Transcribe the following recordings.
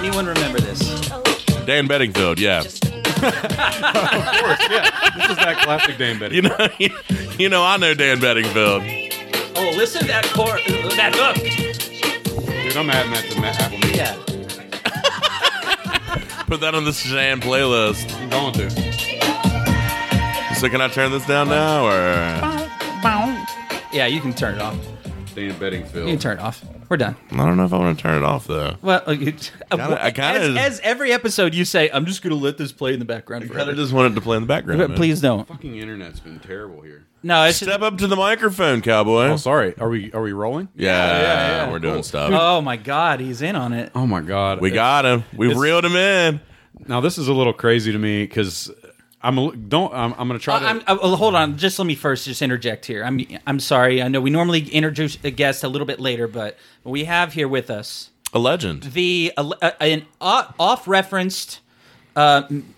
Everyone remember this. Dan Bedingfield, yeah. This is that classic Dame Betty. You know, you know, I know Dan Bedingfield. Oh, listen to that core, that hook. Dude, I'm adding that to Matt Apple Music. Yeah. Put that on the Shazam playlist. I'm going to. So can I turn this down now, or Yeah, you can turn it off. Dan Bedingfield. You can turn it off. We're done. I don't know if I want to turn it off though. Well, uh, it- Kinda- I as, kinda- as every episode you say, I'm just going to let this play in the background I forever. just wanted to play in the background. But man. please don't. Fucking internet's been terrible here. No, it's just, step up to the microphone, cowboy. Oh, sorry. Are we are we rolling? yeah, yeah, yeah, we're doing cool. stuff. oh my god, he's in on it. Oh my god. we got him. We reeled him in. Now this is a little crazy to me because I'm a, don't I'm, I'm gonna try to. I'm, oh, hold on, just let me first just interject here. I'm I'm sorry. I know we normally introduce a guest a little bit later, but we have here with us A legend. the uh, uh, an o- off-referenced, uh, m-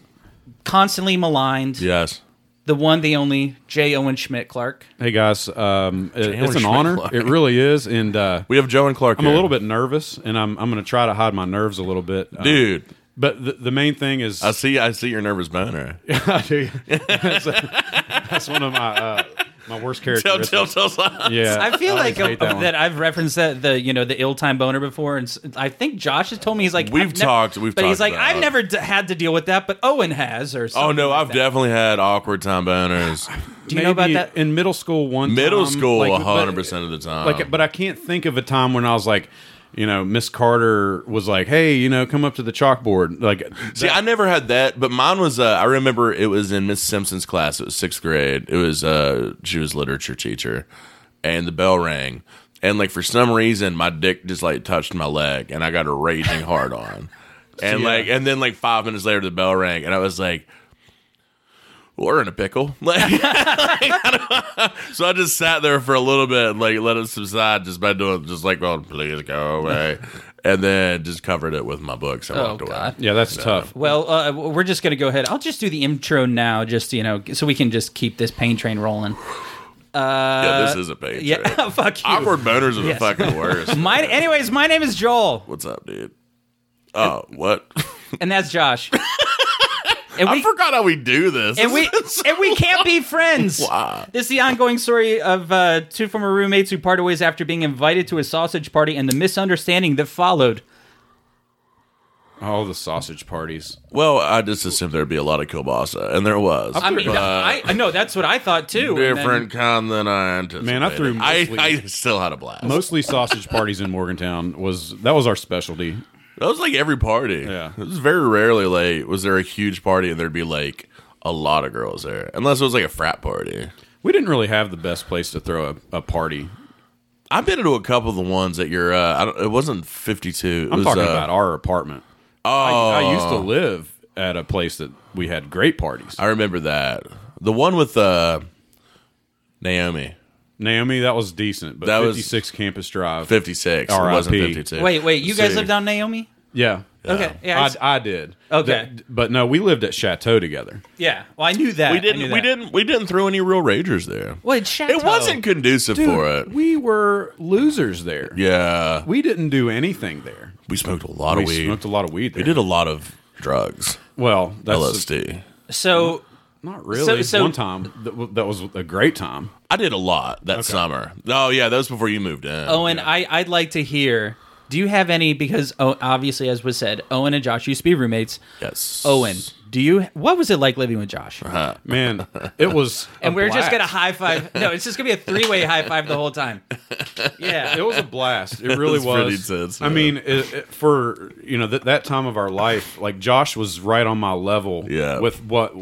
constantly maligned, Yes. the one, the only J. Owen Schmidt Clark. hey guys, um, it- it's an Schmidt honor. Clark. It really is, and uh, We have Joe and Clark. I'm a little bit nervous, and I'm I'm gonna try to hide my nerves a little bit, Uh, dude. But the, the main thing is, I see. I see your nervous boner. I do. that's, that's one of my uh, my worst tell, characteristics. tell, tell. Yeah, I feel always like uh, hate that, one. I've referenced that the you know the ill time boner before, and s- I think Josh has told me he's like We've I've nev- talked- we've but he's like talked about I've it." never d- had to deal with that, but Owen has or Oh something no, like I've that. definitely had awkward time boners. Do you know about Maybe that? in middle school one Middle time, school, like, a but- hundred percent of the time. like but i can't think of a time when i was like you know miss carter was like hey you know come up to the chalkboard like See, I never had that, but mine was. Uh, I remember it was in Miss Simpson's class. It was sixth grade. It was uh, she was literature teacher, and the bell rang, and like for some reason my dick just like touched my leg, and I got a raging hard on, and Yeah. like and then like five minutes later the bell rang, and I was like. We're in a pickle. Like, like, I don't- so I just sat there for a little bit and like let it subside just by doing just like, well, please go away. And then just covered it with my books and Oh, walked away. God. yeah that's tough Well, uh, w- we're just going to go ahead. I'll just do the intro now, just you know, g- so we can just keep this pain train rolling. Yeah, this is a page. Uh, Yeah, right? fuck you. Awkward boners are Yes. the fucking worst. My, anyways, my name is Joel, What's up, dude? Oh, what? and that's Josh. And I forgot how we do this. and we This is- and we can't be friends. This is the ongoing story of uh, two former roommates who parted ways after being invited to a sausage party and the misunderstanding that followed. all the sausage parties well, I just assumed there'd be a lot of kielbasa, and there was. I mean, But I, I know that's what I thought too. and then- Uh, different kind than I anticipated. Man, I threw I, mostly- I still had a blast. mostly sausage parties in morgantown was that was our specialty that was like every party. Yeah. it was very rarely like was there a huge party and there'd be like a lot of girls there, unless it was like a frat party. we didn't really have the best place to throw a, a party I've been to a couple of the ones that you're. Uh, I don't, it wasn't fifty two. i'm was, talking uh, about our apartment Oh, I, I used to live at a place that we had great parties I remember that. The one with uh, Naomi, naomi that was decent but That was- 56 campus drive 56. It wasn't R.I.P.. 52. wait, wait, you guys See. lived on Naomi? yeah Okay, yeah, I I, s- I did Okay. Th- but no we lived at chateau together yeah. Well, I knew that. We I knew didn't. We that. didn't. We didn't throw any real ragers there. Well, it's Chateau. It wasn't conducive for it. We were losers there. yeah, We didn't do anything there. we smoked a lot We of weed. smoked a lot of weed there. we did a lot of drugs. well, that's LSD. So not really. So- so- One time that, w- that was a great time. I did a lot that summer. Oh yeah, that was before you moved in. Owen, I, I'd like to hear. Do you have any? Because oh, obviously, as was said, Owen and Josh used to be roommates. yes, Owen, do you? What was it like living with Josh? Man, it was. and a we're just blast. gonna high five. No, it's just gonna be a three way high five the whole time. Yeah. It was a blast. It really was was. pretty intense, I man. mean, it, it- for you know that that time of our life, like Josh was right on my level. Yeah. With what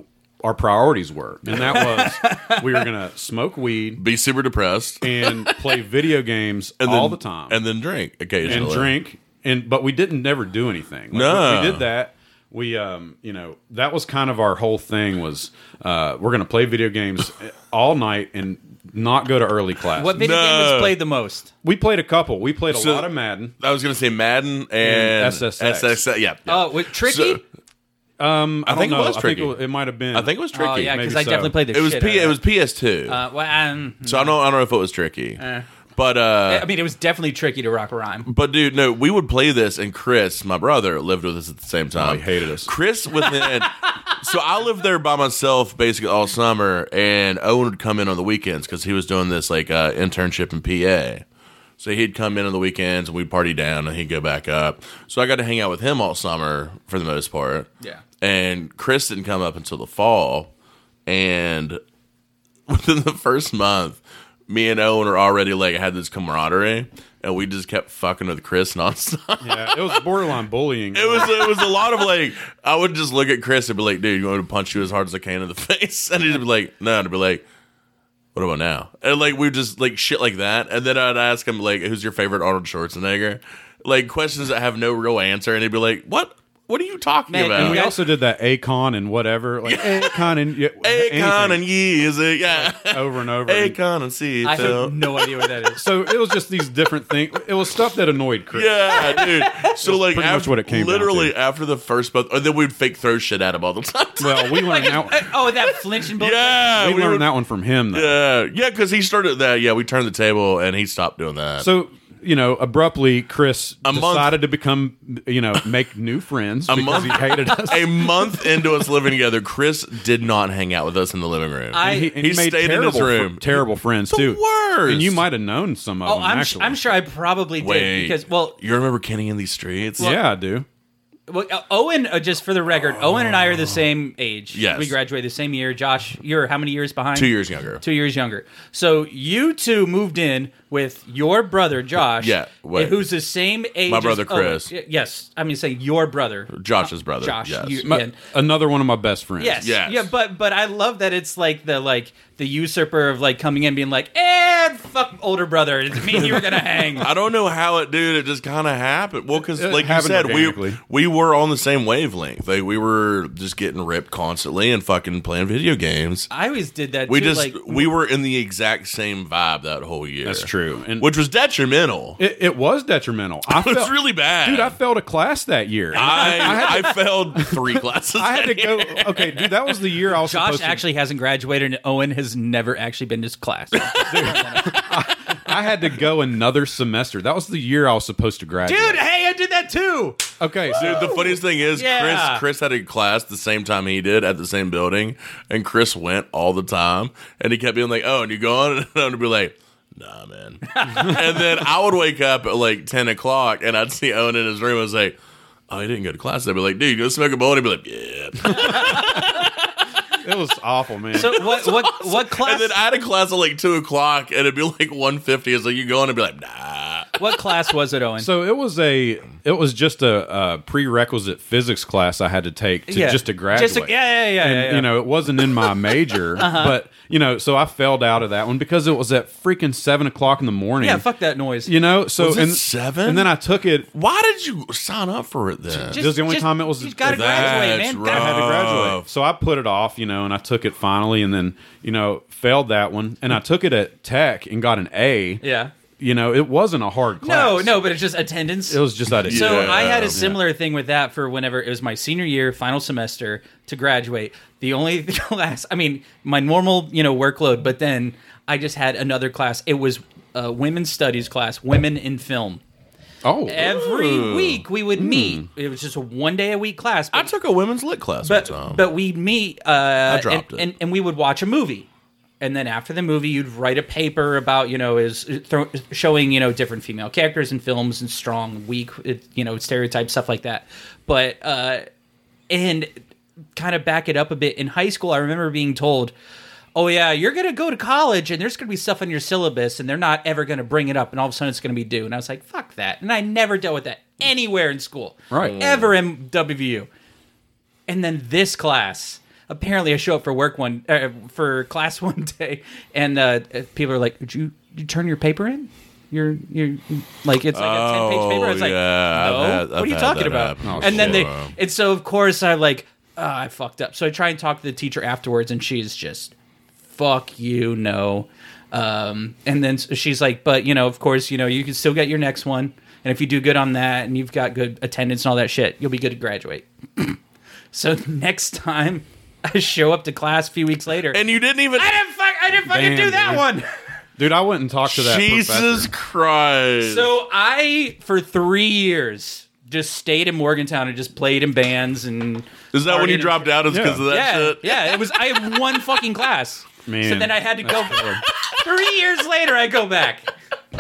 our priorities were, and that was we were gonna smoke weed be super depressed and play video games and all then- the time, and then drink occasionally and drink and but we didn't never do anything Like, No. we, we did that we um you know that was kind of our whole thing was uh we're gonna play video games all night and not go to early class What video game was No. played the most? we played a couple we played a So- lot of madden I was gonna say Madden and SSX. SSX, yeah. yeah. Oh, with Tricky. So- I, think don't it know. was I think tricky. it, wa- it might have been I think it was tricky. oh yeah, maybe because I so. definitely played the. It was shit P. out It of was PS2. Uh, well, um, so I don't. I don't know if it was tricky. But uh, I mean, it was definitely tricky to rock a rhyme. But dude, no, we would play this, and Chris, my brother, lived with us at the same time. Oh, he hated us. Chris within. so I lived there by myself basically all summer, and Owen would come in on the weekends because he was doing this like uh, internship in PA. So he'd come in on the weekends, and we'd party down, and he'd go back up. So I got to hang out with him all summer for the most part. Yeah. And Chris didn't come up until the fall, and within the first month, me and Owen were already like had this camaraderie, and we just kept fucking with Chris nonstop. Yeah, it was borderline bullying. It was it was a lot of like I would just look at Chris and be like, "Dude, you want me to punch you as hard as I can in the face?" And he'd be like, "No," and I'd be like, "What about now?" And like we just like shit like that, and then I'd ask him like, "Who's your favorite Arnold Schwarzenegger?" Like questions that have no real answer, and he'd be like, "What? What are you talking Man, about?" and we Yeah. also did that Akon and whatever, like Akon and yeah, Akon anything, and Yeezy, yeah. over and over. And- Akon and C. I have no idea what that is. so it was just these different things. It was stuff that annoyed Chris. Yeah, dude. So like, pretty much after- what it came down Literally to. after the first month, and then we'd fake throw shit at him all the time. Well, we learned that. Uh, oh, that flinching bullshit. yeah, we, learned would- that one from him. Though. Yeah, yeah, because he started that. Yeah, we turned the table, and he stopped doing that. So you know, abruptly, Chris month- decided to become you know make new friends because month- he hated us. a month into us living together, Chris did not hang out with us in the living room. I- And he, and he He made stayed in terrible, his room. fr- terrible friends too. worst. And you might have known some of Oh, them. I'm, sh- actually, I'm sure I probably did wait because well, you remember Kenny in these streets? yeah, I do. well uh, Owen. Uh, just for the record, Owen and I are the same age. Oh. Yes. we graduated the same year. Josh, you're how many years behind? two years younger. Two years younger. So you two moved in with your brother Josh. Yeah, wait. who's the same age. My as brother, Owen. Chris. Y- Yes, I mean saying your brother. Josh's brother. Josh, yes. you- My- And- another one of my best friends. Yes. Yes. Yeah, but but I love that it's like the like the usurper of like coming in being like, and fuck older brother, it's me and you were gonna hang. I don't know how it, dude. It just kind of happened. Well, because It like you happened said, we organically. we were on the same wavelength. Like we were just getting ripped constantly and fucking playing video games. I always did that. We too, just like, we were in the exact same vibe that whole year. that's true. And which was detrimental. it, it was detrimental. I It was felt, really bad, dude. I failed a class that year. I, I, failed three classes. I had to go. Okay, dude, that was the year I was Josh supposed to- actually hasn't graduated, and Owen has never actually been to his class. Dude, I had to go another semester. That was the year I was supposed to graduate. hey, I did that too. Okay, so Dude, the funniest thing is Yeah. Chris. Chris had a class the same time he did at the same building, and Chris went all the time, and he kept being like, "Oh, and you going?" And I'd be like, "Nah, man." and then I would wake up at like ten o'clock, and I'd see Owen in his room. I was like, "Oh, he didn't go to class." I'd be like, "Dude, you go smoke a bowl." And he'd be like, "Yeah." it was awful, man. So what what what and class then I had a class at like two o'clock, and it'd be like one fifty. It's like you going? And I'd be like, "Nah." what class was it, Owen? So it was a it was just a, a prerequisite physics class I had to take to, just to graduate. Just to- yeah, yeah, yeah, And, yeah, Uh-huh. yeah. you know, it wasn't in my major, but you know, so I failed out of that one because it was at freaking seven o'clock in the morning. yeah, fuck that noise. You know, so Was it and seven? and then I took it. Why did you sign up for it then? Just- This is the only just- time it was- You gotta graduate, That's man. rough. Gotta- I had to Oh. graduate, so I put it off, you know, and I took it finally, and then you know, failed that one, and I took it at Tech and got an A. Yeah. You know, it wasn't a hard class. No, no, but it's just attendance. it was just that. So Yeah. I had a Yeah. similar thing with that for whenever it was my senior year, final semester to graduate. The only class, I mean, my normal you know workload, but then I just had another class. It was a women's studies class, women in film. oh, Every Ooh. Hmm. week we would meet. It was just a one day a week class. I But, took a women's lit class but, one time. but we'd meet. Uh, I dropped and, it. And, and we would watch a movie. And then after the movie, you'd write a paper about you know is thro- showing you know different female characters in films and strong, weak, it- you know stereotypes stuff like that. But uh, and kind of back it up a bit. In high school, I remember being told, "Oh yeah, you're gonna go to college, and there's gonna be stuff on your syllabus, and they're not ever gonna bring it up, and all of a sudden it's gonna be due." And I was like, "Fuck that!" And I never dealt with that anywhere in school, Right. Ever in WVU. And then this class, apparently, I show up for work one uh, for class one day, and uh, people are like, "Did you, did you turn your paper in?" You're, you're like it's like a ten page paper. Oh, It's like, yeah. I've no, had- I've what are you had talking that about? happen Oh, and then they, before. and so of course I like uh, I fucked up. So I try and talk to the teacher afterwards, and she's just fuck you no. Um, and then she's like, but you know, of course, you know, you can still get your next one, and if you do good on that, and you've got good attendance and all that shit, you'll be good to graduate. so next time I show up to class a few weeks later, and you didn't even I didn't fuck, I didn't fucking Damn, do that dude. one. dude. I went and talked to that. Jesus professor. Christ. So I, for three years, just stayed in Morgantown and just played in bands and. Is that when partied you and- dropped out? Is because Yeah. of that yeah, shit? yeah. It was I had one fucking class. Man, so then I had to go. that's good. Three years later, I go back.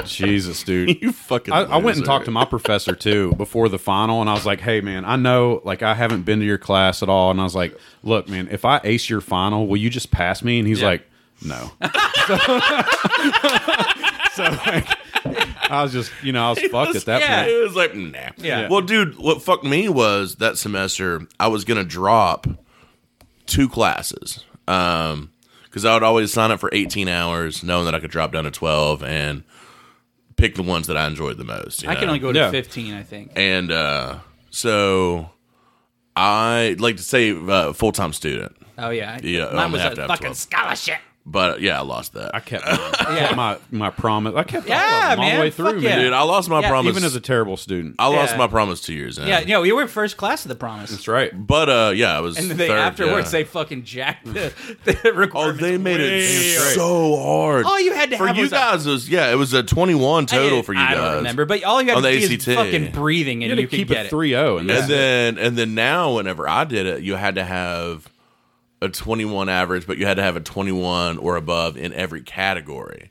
Jesus, dude. You fucking. I, I went and talked to my professor too before the final, and I was like, "Hey, man, I know like I haven't been to your class at all," and I was like, "Look, man, if I ace your final, will you just pass me?" And he's Yeah. like, "No." so like, I was just, you know, I was fucked at that yeah. point. It was like, nah. Yeah. Well, dude, what fucked me was that semester I was gonna drop two classes. Um, because I would always sign up for 18 hours, knowing that I could drop down to 12 and pick the ones that I enjoyed the most. you I can know? only go to Yeah. fifteen, I think. And uh, so I like to say uh, full time student, Oh yeah, I- Yeah, I Mine only was have a to have fucking 12. scholarship. but yeah, I lost that. I kept, I kept my my promise. I kept all, of Yeah, them all man, the way fuck through, yeah. man. Dude, I lost my Yeah, promise. Even as a terrible student, I lost Yeah. my promise two years in. Yeah, no, we were first class of the promise. that's right. But uh, yeah, I was. And then they third, afterwards yeah. they fucking jacked the, the oh, requirements. they made it way up. straight. so hard. All you had to for have you was a- guys was yeah, it was a twenty-one I total didn't- for you I guys. don't remember, but all you had On to the do is ACT. fucking breathing, You and had you, to could keep get it it. 3-0 oh, and And that's it. then and then now, whenever I did it, you had to have a twenty-one average, but you had to have a twenty-one or above in every category.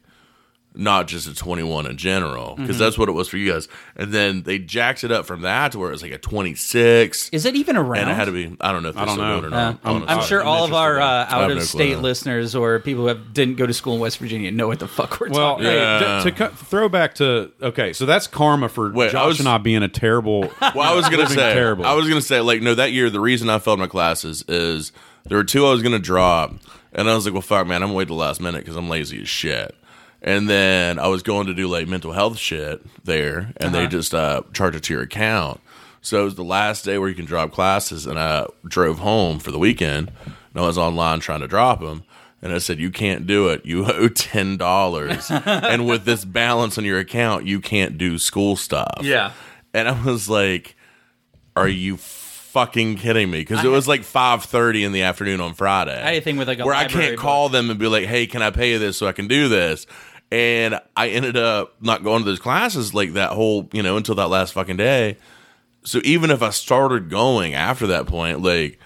Not just a 21 in general, Mm-hmm. because that's what it was for you guys. And then they jacked it up from that to where it was like a 26. Is it even around? and it had to be, I don't know if they I don't still know. do it or Uh, not. I'm, honestly. sure all of our uh, I have out no of state clue. listeners or people who have, didn't go to school in West Virginia know what the fuck we're Well, talking. hey, Yeah. to, to cut, throw back to okay, so that's karma for Wait, I Josh was- and I being a terrible. Well, I was gonna living say, terrible. I was gonna say, like, no, that year the reason I failed my classes is there were two I was gonna drop, and I was like, well, fuck, man, I'm gonna wait till the last minute because I'm lazy as shit. And then I was going to do like mental health shit there, and they just uh, charge it to your account. So it was the last day where you can drop classes, and I drove home for the weekend, and I was online trying to drop them. And I said, "You can't do it. You owe ten dollars, and with this balance on your account, you can't do school stuff." Yeah. and I was like, "Are you fucking kidding me?" Because it was like five thirty in the afternoon on Friday. I had a thing with, like, a where I library can't call them and be like, "Hey, can I pay you this so I can do this?" And I ended up not going to those classes like that whole you know until that last fucking day. So even if I started going after that point, like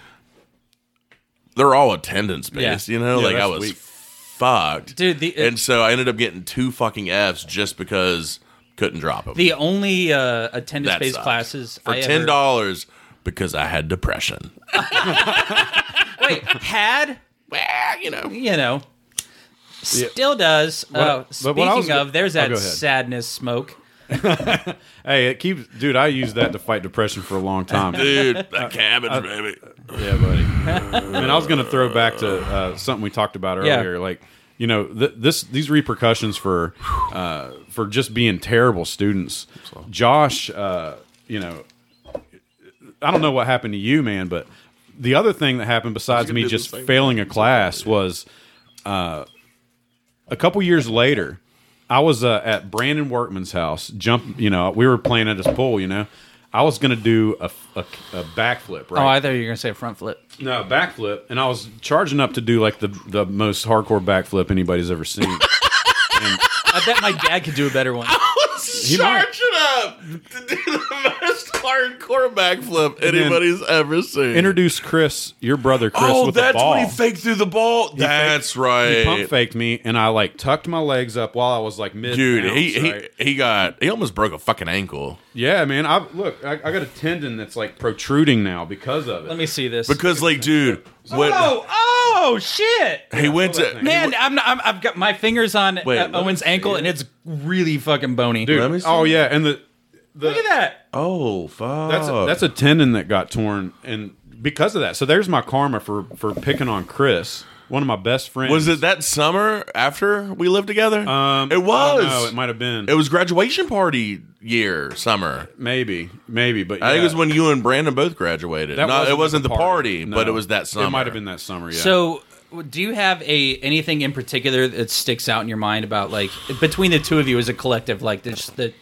they're all attendance based, you know, Yeah, like I that's was weak. fucked, Dude, the- and so I ended up getting two fucking Fs just because couldn't drop them The only uh, that attendance-based sucks. classes for I ever- ten dollars because I had depression. Wait, had Well, you know, you know, still does. uh, but what I speaking was go- of, there's Oh, that go ahead. sadness smoke. hey, it keeps, dude. I used that to fight depression for a long time. dude, that cabbage, Uh, baby. Yeah, buddy. and I was going to throw back to uh, something we talked about Yeah. earlier, like you know th- this these repercussions for uh, for just being terrible students. Josh, uh, you know, I don't know what happened to you, man, but the other thing that happened besides gonna me do just the same failing a class was uh, a couple years later. I was uh, at Brandon Workman's house. Jump, you know, we were playing at his pool. You know, I was gonna do a, a, a backflip. Right? Oh, I thought you were gonna say a front flip. No backflip, and I was charging up to do like the the most hardcore backflip anybody's ever seen. I bet my dad could do a better one. might- Charge it up to do the most hardcore backflip then anybody's ever seen. Introduce Chris, your brother Chris, oh, with that's a ball. when he faked through the ball. that's right, He pump faked me, and I like tucked my legs up while I was like mid. dude. bounce, he, right? he he got he almost broke a fucking ankle yeah, man. I look, I, I got a tendon that's like protruding now because of it. Let me see this. because like, dude, what oh, oh shit! he went that to thing. Man, I'm, I'm I've got my fingers on Wait, uh, let me Owen's see ankle, it. and it's really fucking bony. dude. Let me see. Oh yeah, and the, the look at that. Oh fuck, That's a, that's a tendon that got torn, and because of that, so there's my karma for for picking on Chris, one of my best friends. Was it that summer after we lived together? Um, it I was. don't know, it might have been. It was graduation party year summer. Maybe, maybe, but I think it yeah. was when you and Brandon both graduated. That no, it wasn't the party, but No. it was that summer. It might have been that summer. Yeah. Oh, So, w- do you have a anything in particular that sticks out in your mind about like between the two of you as a collective, like this the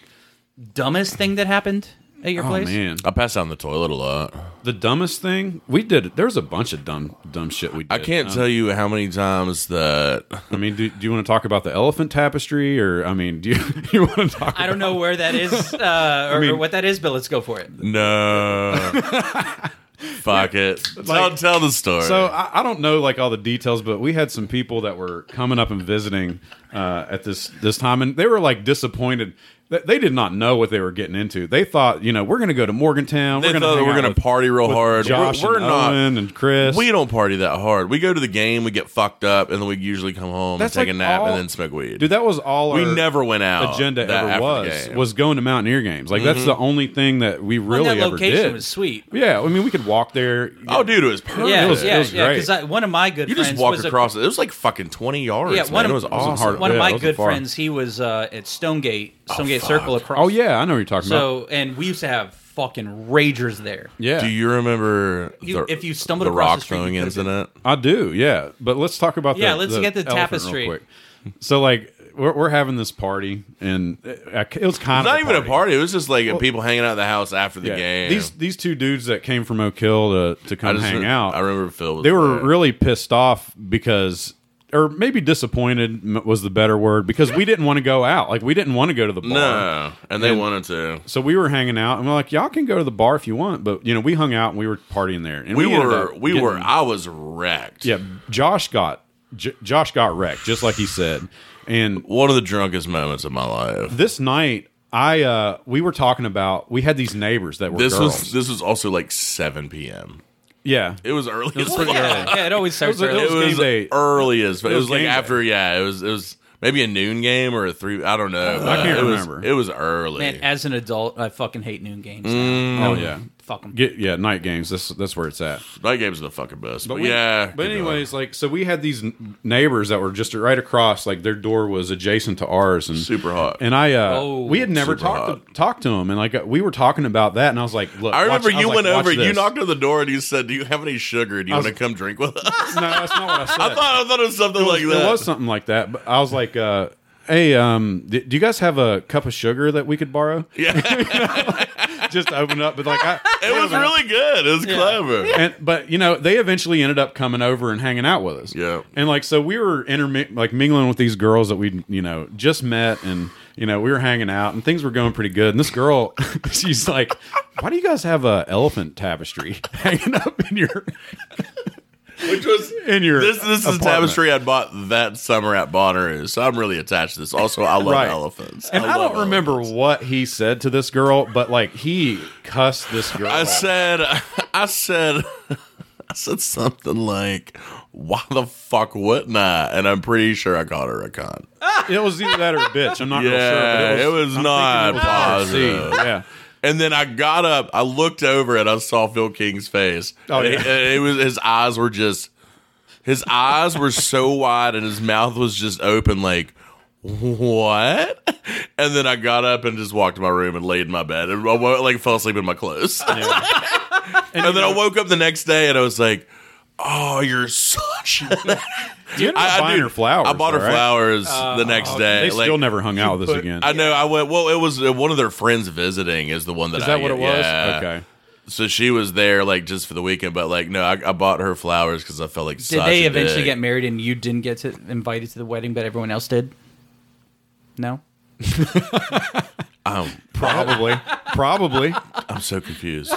dumbest thing that happened? at your Oh place? man, I pass out in the toilet a lot. the dumbest thing we did. There was a bunch of dumb dumb shit we did. I can't Um, tell you how many times that I mean, do, do you want to talk about the elephant tapestry, or I mean, do you you want to talk? I don't know where that is uh, or, or mean- what that is, but let's go for it. No. Fuck it. tell, tell the story. So I, I don't know like all the details, but we had some people that were coming up and visiting uh, at this this time, and they were like disappointed. They, they did not know what they were getting into. They thought, you know, we're going to go to Morgantown. they thought we're going that to we're going to party real hard. Josh, we're we're and not. Owen and Chris. We don't party that hard. We go to the game, we get fucked up, and then we usually come home That's and take like a nap all- and then smoke weed. dude, that was all. we our never went out. agenda Oh, that after the ever was game. Mm-hmm. was going to Mountaineer games. Like that's the only thing that we Well, really that ever location did. was sweet. Yeah, I mean, we could walk there. oh, dude, it was perfect. Yeah, it was- it yeah, was yeah. great. Because one of my good You friends just walked was a across it. It was like fucking 20 yards. Yeah, one man. of, it was one of awesome. hard- yeah, my it wasn't good far. friends, he was uh, at Stonegate, Stonegate fuck. Circle across. Oh yeah, I know what you're talking about. So and we used to have fucking ragers there. Yeah, Do you remember You- the, if you stumbled the across the rock street, you throwing could've incident? I do, yeah. But let's talk about the Yeah, let's get the elephant real tapestry. quick. So like we're, we're having this party, and it, it was kind It's not of even a party. It was just like people hanging out at the house after the Yeah. game. These these two dudes that came from Oak Hill to to I come just hang re- out. I remember Phil. Was they were there. really pissed off because or maybe disappointed m- was the better word because we didn't want to go out like we didn't want to go to the bar No, and they wanted to. so we were hanging out and we're like y'all can go to the bar if you want but you know we hung out and we were partying there and We, ended were, up we getting- were. I was wrecked. yeah josh got J- josh got wrecked just like he said and one of the drunkest moments of my life. this night i uh we were talking about we had these neighbors that were This girls. was this was also like 7 p.m. yeah It was early. as Well, fuck. yeah, yeah, it always starts It was- it early. It was game day. early as. It, it was was like game day. after. Yeah, it was. It was maybe a noon game or a three. I don't know. but can't it was- remember. It was early. Man, as an adult, I fucking hate noon games. Um, oh yeah Fuck 'em. Get, yeah night games that's that's where it's at Night games are the fucking best. But, we- yeah. But you know. anyways, like so we had these n- neighbors that were just right across, like their door was adjacent to ours, and Super hot. And I, uh, Oh, we had never super talked to, talked to them, and like uh, we were talking about that, and I was like, look, I remember watch- was you like, went watch over. You this. knocked on the door and you said, "Do you have any sugar? Do you was- want to come drink with us?" No, that's not what I said. I thought I thought it was something like it that. was something like that, but I was like, uh, hey, um, d- do you guys have a cup of sugar that we could borrow? yeah, just open up, but like I. it was really good. It was clever. and but you know they eventually ended up coming over and hanging out with us. Yeah. and like so we were intermi- like mingling with these girls that we you know just met, and you know we were hanging out, and things were going pretty good. And this girl, she's like, "Why do you guys have a elephant tapestry hanging up in your Which was in your This this is a apartment? tapestry I bought that summer at Bonnaroo, so I'm really attached to this. Also, I love Right. elephants. And I, love don't remember elephants. what he said to this girl, but like he cussed this girl. I out. said, I said, I said something like, "Why the fuck wouldn't I?" And I'm pretty sure I called her a cunt. it was either that or a bitch. I'm not Yeah, real sure. But it it was, was I'm thinking not it was letter C. positive. Yeah. And then I got up, I looked over, and I saw Phil King's face. Oh, And yeah. he- and it was his eyes were just his eyes were so wide, and his mouth was just open, like what? And then I got up and just walked to my room and laid in my bed, and I wo- like fell asleep in my clothes. and, then I woke up the next day, and I was like, "Oh, you're such." an-" You ended up I, I- buying dude, her flowers. I bought her all right? flowers the next day. Uh, oh, They like- still never hung out with us again. I know. I went. Well, it was uh, one of their friends visiting. Is the one that Is that I, what it was? yeah. Okay. So she was there like just for the weekend, but like no, I, I bought her flowers because I felt like Did they eventually get married and you didn't get to invited to the wedding, but everyone else did? No. Probably. Probably. I'm so confused.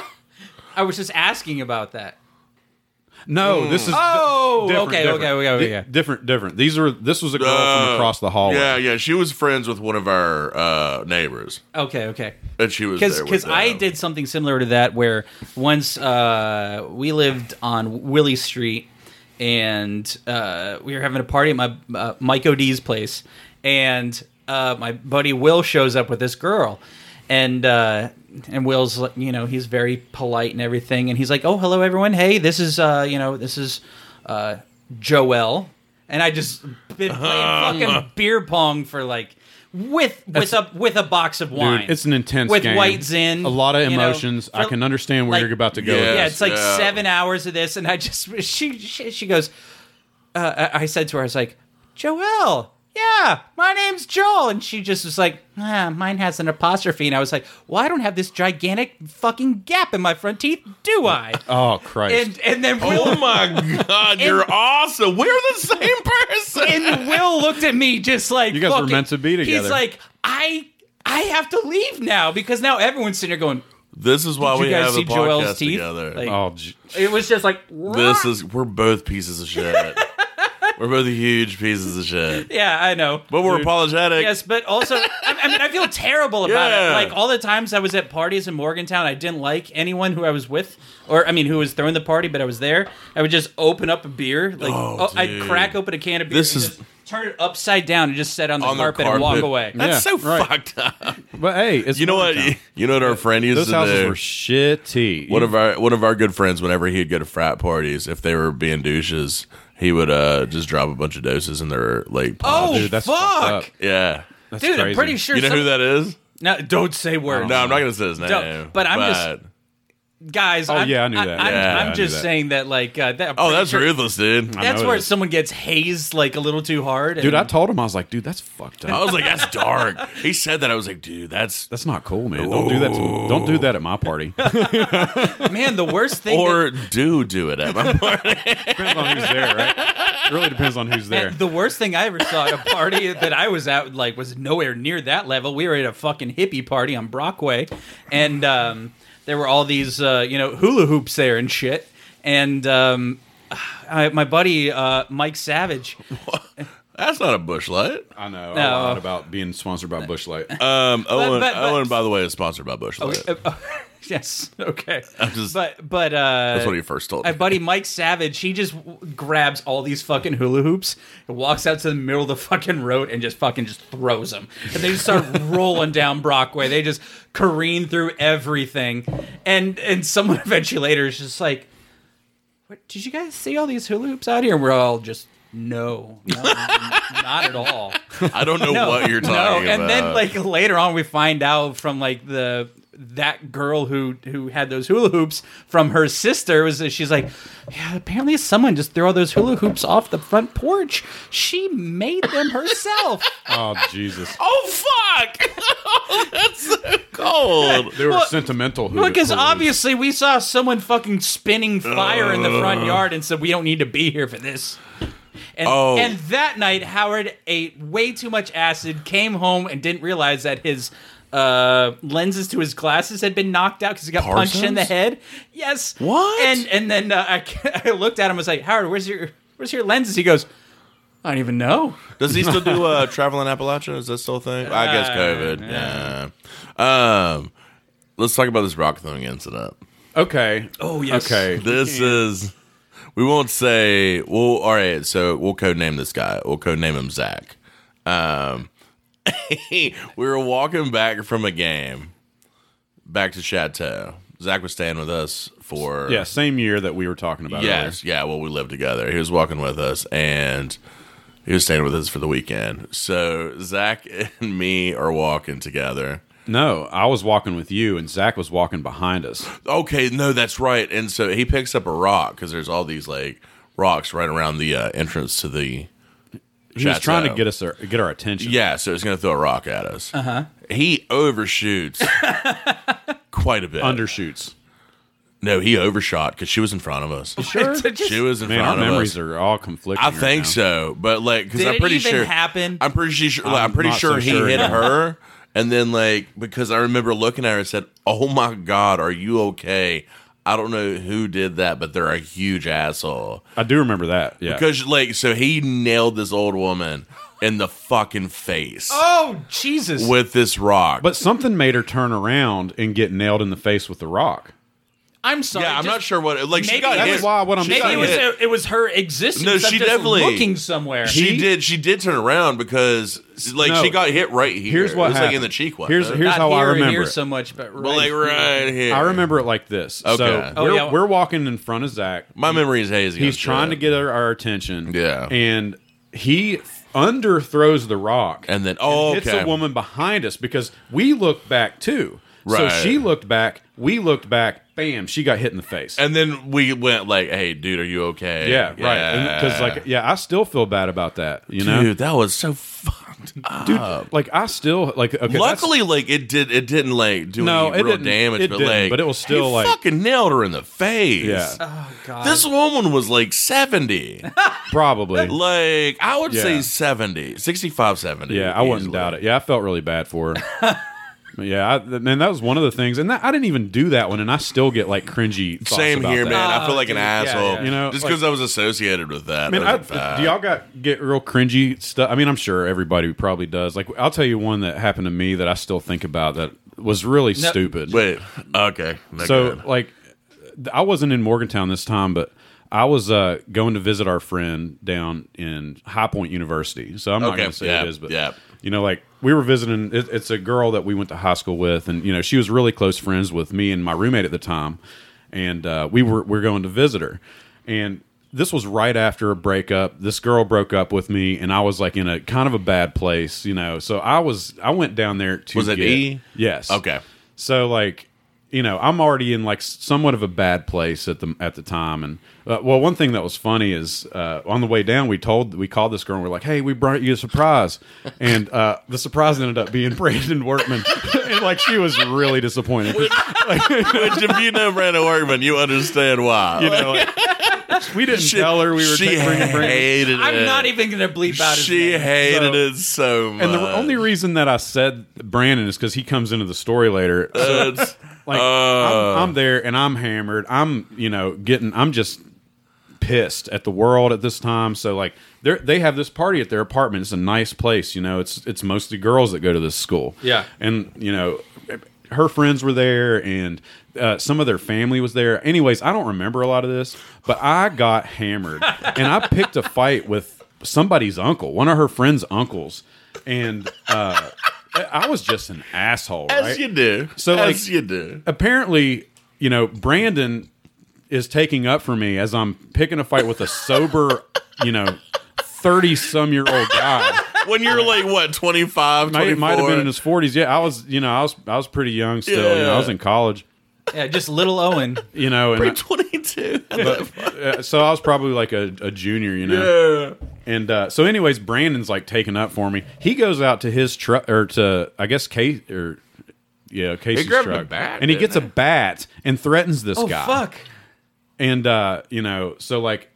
I was just asking about that. No, this is Oh, different, okay, different. okay, okay, okay, Di- okay. Different, different. These are this was a girl from Uh, across the hallway. yeah, yeah. She was friends with one of our uh, neighbors, Okay, okay. and she was um, Because there with I them. did something similar to that where once uh, we lived on Willie Street and uh, we were having a party at my uh, Mike O'Dee's place and uh, my buddy Will shows up with this girl and uh, and Will's like, you know he's very polite and everything and he's like oh hello everyone hey this is uh, you know this is uh, Joel and I just been Uh-huh. playing fucking beer pong for like. With with a with a box of wine, Dude, it's an intense with game. whites in a lot of you know, emotions. I for- can understand where like- you're about to go. Yeah. with Yeah, this. it's like Yeah. seven hours of this, and I just she she, she goes. Uh, I I said to her, I was like, Joelle, yeah, my name's Joel. And she just was like, ah, mine has an apostrophe. And I was like, well, I don't have this gigantic fucking gap in my front teeth, do I? Oh Christ! and and then Will, Oh my god, you're awesome. We're the same person. and Will looked at me just like, You guys were fucking- meant to be together. He's like, I I have to leave now because now everyone's sitting there going, This is why Did you we guys have a see Joel's podcast teeth? together. Like- oh, j- it was just like, this is we're both pieces of shit. we're both huge pieces of shit. yeah, I know. But we're apologetic. Yes, but also, I, I mean, I feel terrible about Yeah. it. Like all the times I was at parties in Morgantown, I didn't like anyone who I was with, or I mean, who was throwing the party, but I was there. I would just open up a beer, like Oh, oh, I'd dude. crack open a can of beer, This and is- just turn it upside down and just sit on the, On the carpet, and walk carpet. away. That's Yeah, so right. fucked up. but hey, it's You know what? Morgantown. You know what our friend used Those to houses do. were shitty. one of our one of our good friends, whenever he'd go to frat parties, if they were being douches, he would uh, just drop a bunch of doses in their like. Oh pods. Dude, that's fucked up. fuck, yeah. That's dude! I'm crazy. pretty sure. You know some- who that is? No, don't say words, No, I'm not gonna say his name. Don't- but I'm just- guys. Oh I'm, yeah, I knew that. I, am Yeah, I knew just that. saying that, like, uh, that, I'm Oh, pretty that's sure- ruthless, dude. That's know it where is. someone gets hazed like a little too hard. dude. and- I told him I was like, dude, that's fucked I Oh. up. was like, that's dark. He said that. I was like, dude, that's That's not cool, man. Don't do that. To, don't do that at my party. man, the worst thing. that- or do do it at my party. depends on who's there, right? It really depends on who's there. And the worst thing I ever saw at a party that I was at like was nowhere near that level. We were at a fucking hippie party on Brockway, and um, there were all these uh, you know hula hoops there and shit. And um, I, my buddy uh, Mike Savage, That's not a bushlight. I know a No. lot about being sponsored by Bushlight. Um, Owen, but- but- Owen, by the way, is sponsored by Bushlight. yes, okay, just- but but uh, that's what he first told me. my buddy Mike Savage, he just w- grabs all these fucking hula hoops and walks out to the middle of the fucking road and just fucking just throws them. And they just start rolling down Brockway. They just careen through everything. And and someone eventually later is just like, what, did you guys see all these hula hoops out here? And we're all just, no, no not at all. I don't know what you're talking No, Oh, and about. then like later on, we find out from like the that girl who who had those hula hoops from her sister was that she's like, yeah, apparently someone just threw all those hula hoops off the front porch. She made them herself. oh Jesus, oh fuck, that's so cold. they were Well, sentimental. Who, Because who- obviously we saw someone fucking spinning fire in the Uh. front yard and said we don't need to be here for this. And, Oh. and that night, Howard ate way too much acid, came home, and didn't realize that his uh, lenses to his glasses had been knocked out because he got punched in the Parsons? head. Yes. What? And and then uh, I, I looked at him and was like, Howard, where's your where's your lenses? He goes, I don't even know. Does he still do uh, travel in Appalachia? Is that still a thing? I guess COVID. Yeah. Um, let's talk about this rock throwing incident. Okay. Oh, yes. Okay. This is. We won't say. Well, all right. So we'll codename this guy. We'll codename him Zach. Um, we were walking back from a game, back to Chateau. Zach was staying with us for Yeah, same year that we were talking about. Yes, yeah. Well, we lived together. He was walking with us, and he was staying with us for the weekend. So Zach and me are walking together. earlier. No, I was walking with you, and Zach was walking behind us. Okay, no, that's right. And so he picks up a rock because there's all these like rocks right around the uh, entrance to the. He was trying to chateau. get us our, get our attention. Yeah, so he's gonna throw a rock at us. Uh Uh-huh. huh. He overshoots quite a bit. undershoots. no, he overshot because she was in front of us. Sure. Just- She was in Man, our front of memories us. are all conflicting. I right think now. so, but like, because Did I'm it pretty even sure happen? I'm pretty sure. Like, I'm, I'm pretty not sure so he sure hit either. her, and then like because I remember looking at her and said, "Oh my god, are you okay?" I don't know who did that, but they're a huge asshole. I do remember that. Yeah. Because like, so he nailed this old woman in the fucking face oh Jesus! with this rock. but something made her turn around and get nailed in the face with the rock. I'm sorry. yeah, I'm just- not sure what. Like, she Maybe got that's hit. why what I'm She saying. Maybe got it was hit. it was her existence. No, of she just definitely- looking somewhere. She He- did. She did turn around because like No. she got hit right here. Here's what it was like in happened. the cheek. One. Here's- here's- Not how I here or remember here it. so much, but but like right. right here. I remember it like this. Okay. So Oh, we're, yeah. we're walking in front of Zach. My memory is hazy. He's on trying to shit. get our, our attention. Yeah. And he underthrows the rock and then oh, hits okay. a woman behind us because we look back too. Right. So she looked back. We looked back. Bam! She got hit in the face. And then we went like, "Hey, dude, are you okay?" yeah, right. Because like, yeah, I still feel bad about that. You know, dude, that was so fucked up. dude, like I still like. Okay, that's- Luckily, like it did, it didn't like do No, any it real didn't- damage, it but didn't, like, but it was still, he like- fucking nailed her in the face. yeah, Oh god. This woman was like 70. probably. like, I would Yeah. say 70, 65, 70. Yeah, I wouldn't easily. doubt it. Yeah, I felt really bad for her. But yeah, I, man, that was one of the things, and that, I didn't even do that one, and I still get like cringy. thoughts Same about here, that. man. I Oh, feel like an dude, yeah, asshole. yeah. You know, just like- because I was associated with that. I mean, that I, was bad. do y'all got get real cringy stuff? I mean, I'm sure everybody probably does. Like, I'll tell you one that happened to me that I still think about that was really stupid. Wait, okay. no so, good. like, I wasn't in Morgantown this time, but I was uh, going to visit our friend down in High Point University. So I'm not Okay, going to say yeah, it is, but yeah. you know, like we were visiting. It, it's a girl that we went to high school with, and you know, she was really close friends with me and my roommate at the time, and uh, we were we are going to visit her, and this was right after a breakup. This girl broke up with me, and I was like in a kind of a bad place, you know. So I was I went down there to Was it get- E? Yes. Okay. So like, you know, I'm already in like somewhat of a bad place at the at the time. And uh, well, one thing that was funny is uh, on the way down, we told we called this girl and we're like, "Hey, we brought you a surprise," and uh, the surprise ended up being Brandon Workman, and like she was really disappointed. Which, if you know Brandon Workman, you understand why. you know, like, we didn't tell her we were she taking bringing Brandon. hated it. I'm not even gonna bleep out his She name. hated So- it so much. And the only reason that I said Brandon is because he comes into the story later. So It's- like Uh. I'm, I'm there and I'm hammered. I'm you know getting I'm just pissed at the world at this time. So like they they have this party at their apartment. It's a nice place. You know, it's it's mostly girls that go to this school. Yeah. and you know her friends were there and. Uh, some of their family was there. Anyways, I don't remember a lot of this, but I got hammered and I picked a fight with somebody's uncle, one of her friend's uncles, and uh, I was just an asshole. as right? you do. So, like- as you do. apparently, you know, Brandon is taking up for me as I'm picking a fight with a sober, you know, 30 some year old guy. When you're like what 25, Might, 24? it might have been in his 40s. Yeah, I was, you know, I was I was pretty young still. You know, I was Yeah. in college, Yeah, just little Owen. you know, and I- 22. uh, so I was probably like a, a junior, you know. And uh, so, anyways, Brandon's like taking up for me. He goes out to his truck, or to I guess Kate, or yeah, Casey's grabbed a truck, bat, and he didn't gets a bat and threatens this Oh guy. fuck. and uh, you know, so like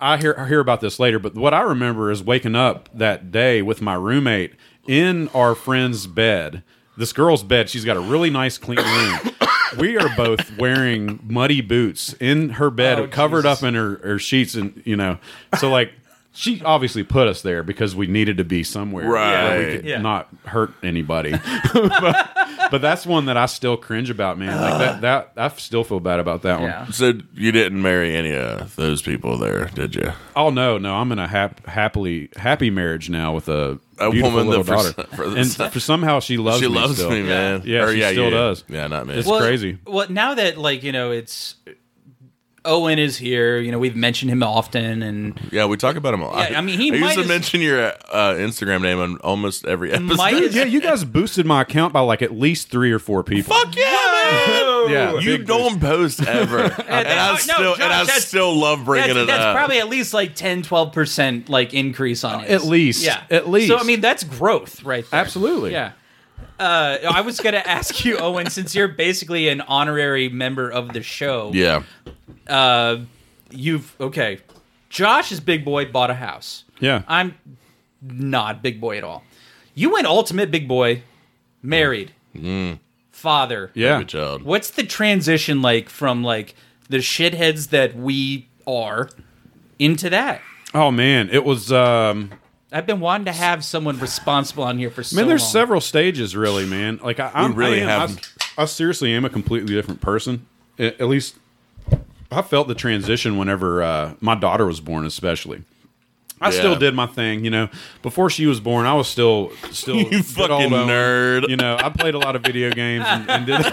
I hear I hear about this later, but what I remember is waking up that day with my roommate in our friend's bed. This girl's bed. She's got a really nice, clean room. we are both wearing muddy boots in her bed, Oh, covered Jesus. up in her, her sheets, and you know, so like. She obviously put us there because we needed to be somewhere where Right. we could Yeah. not hurt anybody. but, but that's one that I still cringe about, man. Like that, that I still feel bad about that one. Yeah. So you didn't marry any of those people there, did you? Oh no, no! I'm in a hap- happily happy marriage now with a, A beautiful woman little that for- daughter, for the and se- for somehow she loves she me loves still. me, man. Yeah, Or, she still you. does. Yeah, not me. It's- crazy. Well, now that like you know, it's Owen is here. You know, we've mentioned him often, and yeah, we talk about him a lot. Yeah, I mean, he I might used to as- mention your uh, Instagram name on almost every episode. might as- Yeah, you guys boosted my account by like at least three or four people. Fuck yeah, man! Yeah, you big don't post ever, and, I no, still and I Josh, that's- still love bringing that's, it that's up. probably at least like 10, 12 percent like increase on it. At least. yeah, At least. So I mean, that's growth, right? There. Absolutely. Yeah. Uh, I was gonna ask you, Owen, since you're basically an honorary member of the show. yeah, Uh, you've okay. Josh's big boy bought a house. Yeah. I'm not big boy at all. You went ultimate big boy, married, father. yeah. good child. What's the transition like from like the shitheads that we are into that? Oh man, it was. um I've been wanting to have someone responsible on here for so Man, long. there's several stages, really, man. Like I, I'm, really I am- I have- s- I, seriously am a completely different person. A- At least, I felt the transition whenever uh, my daughter was born, especially. I still Yeah. did my thing, you know. Before she was born, I was still still You good old fucking Owen. nerd. You know, I played a lot of video games and, and did.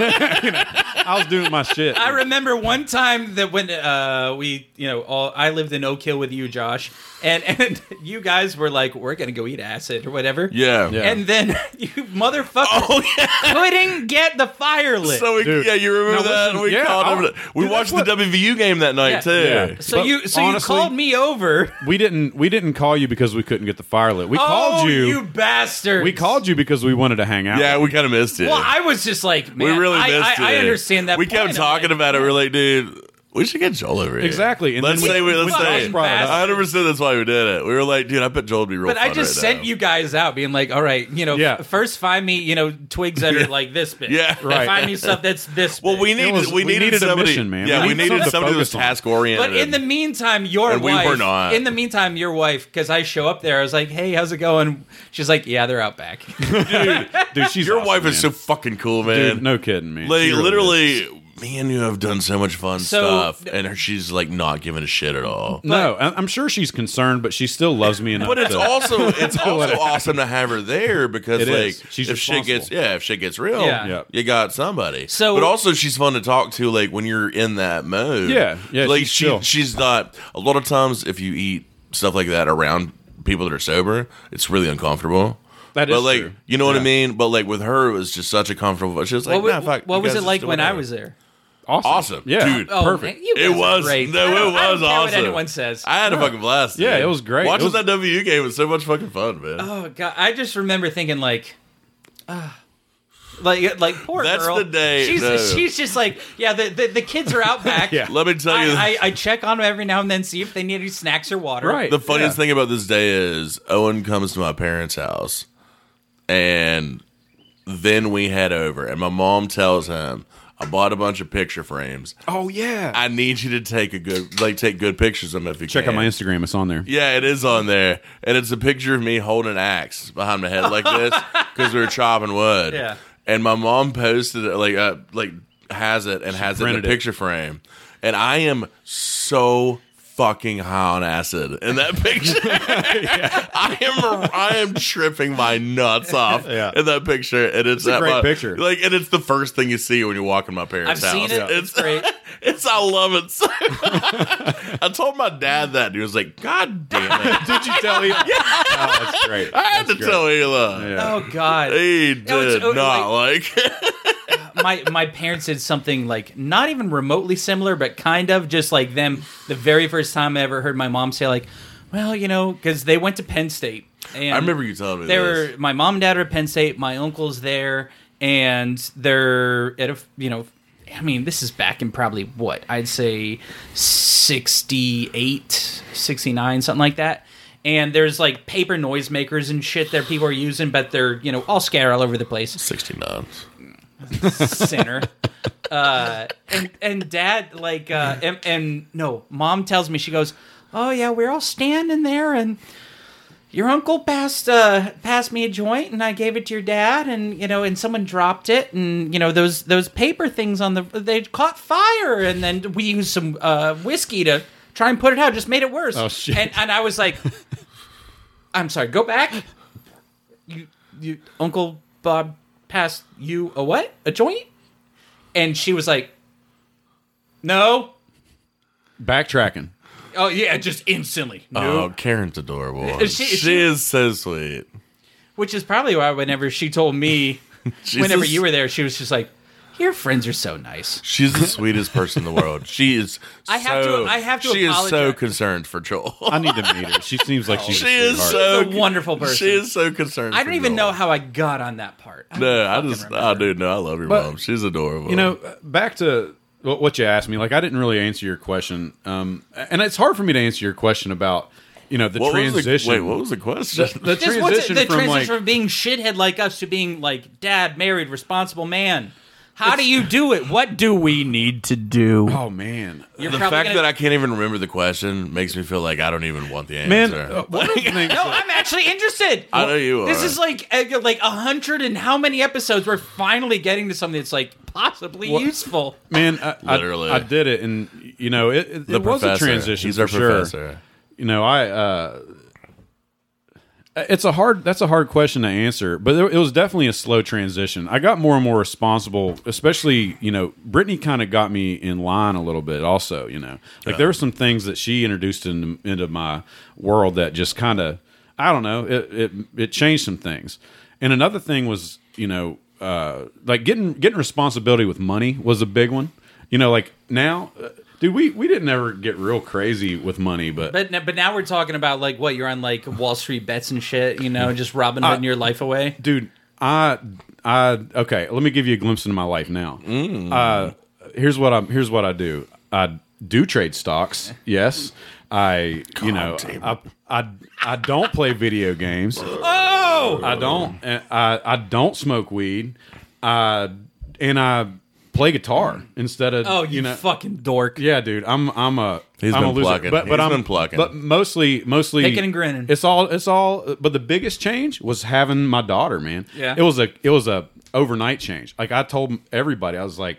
you know, I was doing my shit. I remember one time that when uh, we, you know, all I lived in Oak Hill with you, Josh, and and you guys were like, "We're gonna go eat acid or whatever." Yeah. Oh, Yeah. And then you motherfucker couldn't get the fire lit. So we, Dude. yeah, you remember Now that? listen, we yeah, called I'll- over. to- We Dude, watched that's the WVU game that night Yeah. too. Yeah. So But you so honestly- you called me over. we didn't we didn't call you because we couldn't get the fire lit. We oh, called you, you bastard. We called you because we wanted to hang out. Yeah, we kind of missed it. Well, I was just like, man, we really I, missed I, I it. understand that. We point. kept talking I'm like, about it. We're like, dude, we should get Joel over here. Exactly, and let's then say we- we. Let's Fucking say. brought it up. One hundred percent. That's why we did it. We were like, dude, I bet Joel would be real. But I fun just right sent now. you guys out, being like, all right, you know, Yeah. f- first find me, you know, twigs that are like this big. Yeah. And Right. Find me stuff that's this. Well, big. we needed was- we we needed, needed a somebody, mission, man. Yeah, We we needed needed something to somebody that was focus on. task oriented. But in the meantime, your And we wife. were not. In the meantime, your wife, because I show up there, I was like, "Hey, how's it going?" She's like, "Yeah, they're out back." dude, she's your awesome, wife is so man. fucking cool, man. dude, no kidding, man. like She really is. literally, me and you have done so much fun So- stuff, and her, she's like not giving a shit at all. No, I- I'm sure she's concerned, but she still loves me enough. But it's to- also it's also awesome to have her there because It like is. She's if shit responsible. gets yeah if shit gets real Yeah. Yep. you got somebody So- but also she's fun to talk to like when you're in that mode Yeah. Yeah, like she's she chill. she's not a lot of times if you eat stuff like that around people that are sober it's really uncomfortable. That but is like true. you know what I Yeah. mean. But like with her, it was just such a comfortable. She was like, what nah, wa- fuck, what you was guys it just like do when I whatever." was there? awesome. awesome, yeah, dude. Oh, perfect. man, you It guys are was great. I no, it don't- I don't was care what awesome. anyone says. I had a fucking blast. Yeah, dude. it was great. It Watching was- that WU game was so much fucking fun, man. Oh god, I just remember thinking like, ah, like like poor That's girl. the day, She's no. she's just like, yeah, the the, the kids are out back. Yeah. Let me tell you, I, I, I check on them every now and then, see if they need any snacks or water. Right. the funniest Yeah. thing about this day is Owen comes to my parents' house, and then we head over, and my mom tells him, "I bought a bunch of picture frames. Oh yeah. I need you to take a good, like, take good pictures of them if you Check can." out my Instagram; it's on there. Yeah, it is on there, and it's a picture of me holding an axe behind my head like this because we were chopping wood. Yeah. and my mom posted it like uh, like has it and has it in a printed it. picture frame, and I am so fucking high on acid in that picture. I am I am tripping my nuts off Yeah. in that picture, and it's, a at great my- picture. Like, and it's the first thing you see when you walk in my I've parents' seen house. it. It's great. It's I love it so much. I told my dad that and he was like, God damn it. Did you tell him? yeah, that's great. I had to That's great. tell Hila. Yeah. Oh god. He did No, it's- oh, not like, my my parents did something like not even remotely similar, but kind of just like them. The very first time I ever heard my mom say like, "Well, you know," because they went to Penn State. And I remember you telling me they this. were my mom and dad are at Penn State. My uncle's there, and they're at a you know, I mean, this is back in probably what I'd say 68, 69, something like that. And there's like paper noisemakers and shit that people are using, but they're you know all scattered all over the place 69. sinner. Uh, and and dad like uh, and, and no, mom tells me she goes, "Oh yeah, we're all standing there and." Your uncle passed uh, passed me a joint, and I gave it to your dad, and you know, and someone dropped it, and you know, those those paper things on the they caught fire, and then we used some uh, whiskey to try and put it out, just made it worse. Oh, shit. And and I was like, I'm sorry, go back you, you, Uncle Bob passed you a what? A joint? And she was like, no. Backtracking. Oh yeah, just instantly. No. Oh, Karen's adorable. She- She, she- is so sweet. Which is probably why whenever she told me, She's whenever the- you were there, she was just like, your friends are so nice. She's the sweetest person in the world. She is. I have to- so- I have to She is so apologize. concerned for Joel. I need to meet her. She seems like she's. a Oh, she is sweetheart. so She's a wonderful person. She is so concerned. I don't for even know Joel. how I got on that part. I No, don't I fucking just, remember. I do know. I love your But- mom. She's adorable. You know, uh, back to wh- what you asked me. Like, I didn't really answer your question, um, and it's hard for me to answer your question about you know the what transition. Was the, wait, what was the question? the Just transition, what's it- the from transition like from being shithead like us to being like dad, married, responsible man. How do you do it? What do we need to do? oh man, You're the probably fact gonna- that I can't even remember the question makes me feel like I don't even want the man, answer. uh, one of the things No, that- I'm actually interested. I know you This are. is like uh, like a hundred and how many episodes we're finally getting to something that's like possibly useful. man, I, I- Literally. I, did it, and you know, it, it, the it was a transition. He's our for sure. professor. You know, I uh, it's a hard that's a hard question to answer but it was definitely a slow transition i got more and more responsible especially you know brittany kind of got me in line a little bit also you know like there were some things that she introduced into, into my world that just kind of i don't know it, it it changed some things and another thing was you know uh like getting getting responsibility with money was a big one you know like now uh, dude we we didn't ever get real crazy with money but But n- but now we're talking about like what you're on like Wall Street bets and shit, you know, just Uh, robbing hooding your life away. dude i i okay let me give you a glimpse into my life now uh here's what i'm here's what i do i do trade stocks yes i you know I, I i don't play video games Oh, i don't and i i don't smoke weed i and i play guitar instead of oh, you, you know fucking dork. yeah, dude, I'm I'm a He's I'm been a loser. plucking. but He's but I'm been plucking. But mostly mostly Picking and grinning. It's all it's all. But the biggest change was having my daughter, man. Yeah. it was a it was a overnight change. Like I told everybody, I was like,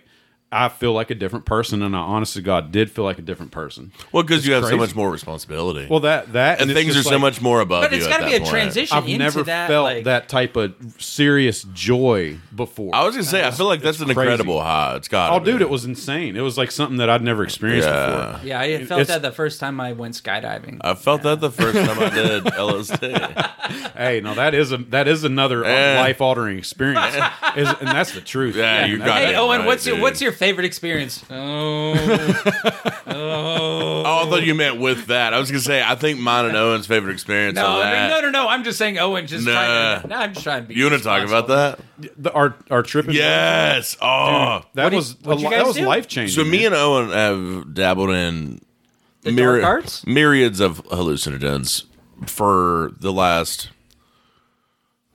I feel like a different person, and I honestly, God, did feel like a different person. Well, because you have crazy. so much more responsibility. Well, that that and it's things are just so like- much more above But you. it's at got to that be a point. transition I've into never that. felt like, that type of serious joy before. I was gonna say, I feel like that's an crazy. incredible high. It's got. oh, dude, it was insane. It was like something that I'd never experienced Yeah. before. Yeah, I felt It's- that the first time I went skydiving. I felt that the first time I did LSD. Hey, no, that is a that is another Eh. life altering experience, is, and that's the truth. Yeah, you that's- got hey, it. Owen, right, what's your dude. what's your favorite experience? Oh, oh. Oh, I thought you meant with that. I was gonna say, I think mine and Owen's favorite experience. No, are I that. mean, no, no, no. I'm just saying Owen just Nah. trying to, no, I'm just trying to be You want to talk about that? the, our our trip. in- Yes. Oh, that What do you- was a, what'd you li- guys that was do? life changing. so me and Owen have dabbled in The myri- dark arts? myriads of hallucinogens for the last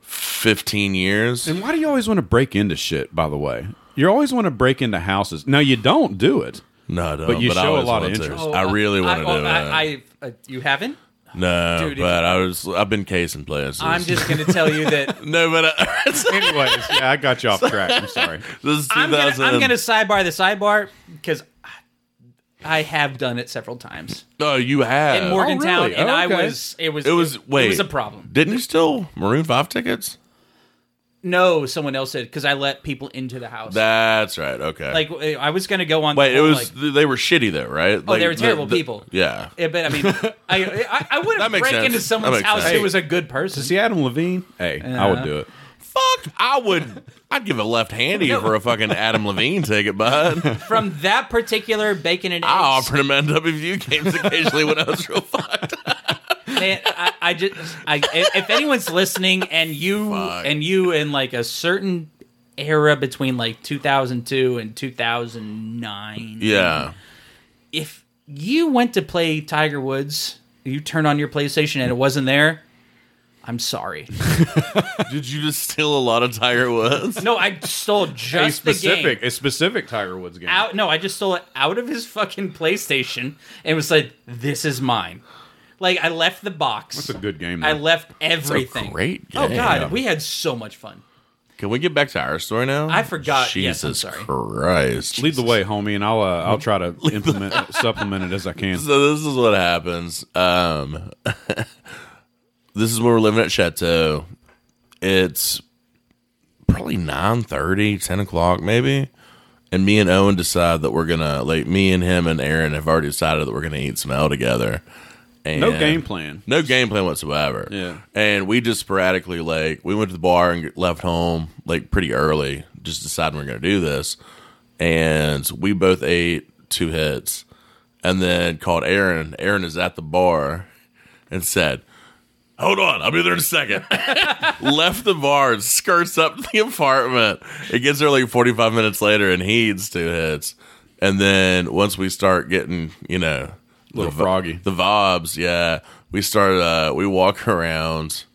fifteen years. and why do you always want to break into shit? By the way, you always want to break into houses. Now you don't do it. No, I don't. But you I show a always lot of want to. interest. Oh, I really want to I, do I, it. I- uh, you haven't? no, Dude, if- but I was. I've been casing places. I'm just going to tell you that no, but I, Anyways, yeah, I got you off track. I'm sorry. this is I'm gonna, 2000. I'm gonna sidebar the sidebar because I have done it several times No, Oh, you have. in Morgantown, really? and Oh, I okay. was it was it was wait. it was a problem. Didn't you steal Maroon Five tickets? No, someone else did because I let people into the house. That's right. Okay. like I was gonna go on. wait, the it whole, was like, they were shitty though, right? Oh, they were terrible people. Yeah. yeah, but I mean, I I, I wouldn't That break makes sense. into That someone's makes house sense. who was a good person. See Adam Levine? Hey, I would do it. Fuck, I would. I'd give a left handy for a fucking Adam Levine ticket, bud. From that particular bacon and eggs, I offered him end up if you came occasionally when I was real fucked. man, I, I just I if if anyone's listening and you Fuck. and you in like a certain era between like 2002 and 2009 Yeah. if you went to play Tiger Woods, you turned on your PlayStation and it wasn't there. I'm sorry. Did you just steal a lot of Tiger Woods? No, I stole A just the game. specific, a specific Tiger Woods game. Out, no, I just stole it out of his fucking PlayStation and was like, "This is mine." Like I left the box. That's a good game. I though. left everything. great Oh game. god, we had so much fun. Can we get back to our story now? I forgot. Yes, I'm Jesus sorry. Christ. Lead the way, homie, and I'll uh, I'll try to implement supplement it as I can. So this is what happens. Um, this is where we're living at Chateau. It's probably 9 10 o'clock maybe. And me and Owen decide that we're gonna like me and him and Aaron have already decided that we're gonna eat some L together. And No game plan. No game plan whatsoever. Yeah. And we just sporadically like we went to the bar and left home like pretty early, just deciding we're gonna do this. And we both ate two hits and then called Aaron. Aaron is at the bar and said, Hold on, I'll be there in a second. Left the bar and skirts up to the apartment. It gets there like 45 minutes later and he eats two hits. And then once we start getting, you know, Little the vi- froggy. the vibes, yeah. We start uh we walk around.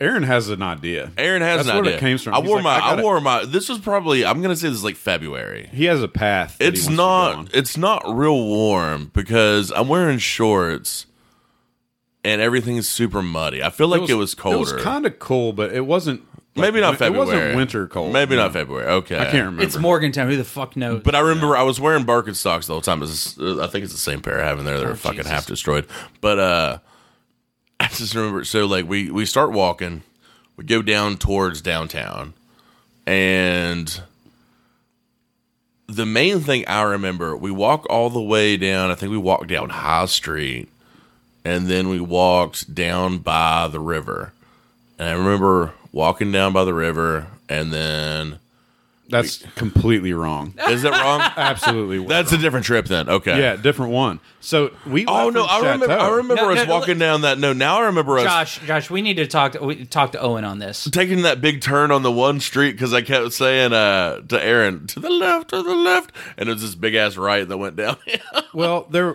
Aaron has an idea. Aaron has That's an where idea. it came from. I He's wore like, my I I, gotta- wore my this was probably I'm gonna say this is like February. He has a path. that he It's wants to go on. not it's not real warm because I'm wearing shorts and everything's super muddy. I feel like it was, colder. It was kind of cool, but it wasn't. like, Maybe not win- February. It wasn't winter cold. Maybe not February. Okay. I can't remember. It's Morgantown. Who the fuck knows? But I remember I was wearing Birkenstocks the whole time. It's, I think it's the same pair I have in there. They're fucking Jesus. half destroyed. But uh, I just remember. So like we we start walking, we go down towards downtown, and the main thing I remember, we walk all the way down. I think we walked down High Street, and then we walked down by the river. And I remember walking down by the river, and then That's completely wrong. is that wrong? Absolutely. wrong. That's a different trip then. Okay. yeah, different one. So we. Oh left no! from I remember. I Chateau. remember No, us no, no, walking down that. No, now I remember us Josh, Josh, we need to talk. To, we, talk to Owen on this. taking that big turn on the one street because I kept saying uh, to Aaron, "To the left, to the left," and it was this big ass right that went down. Well, there.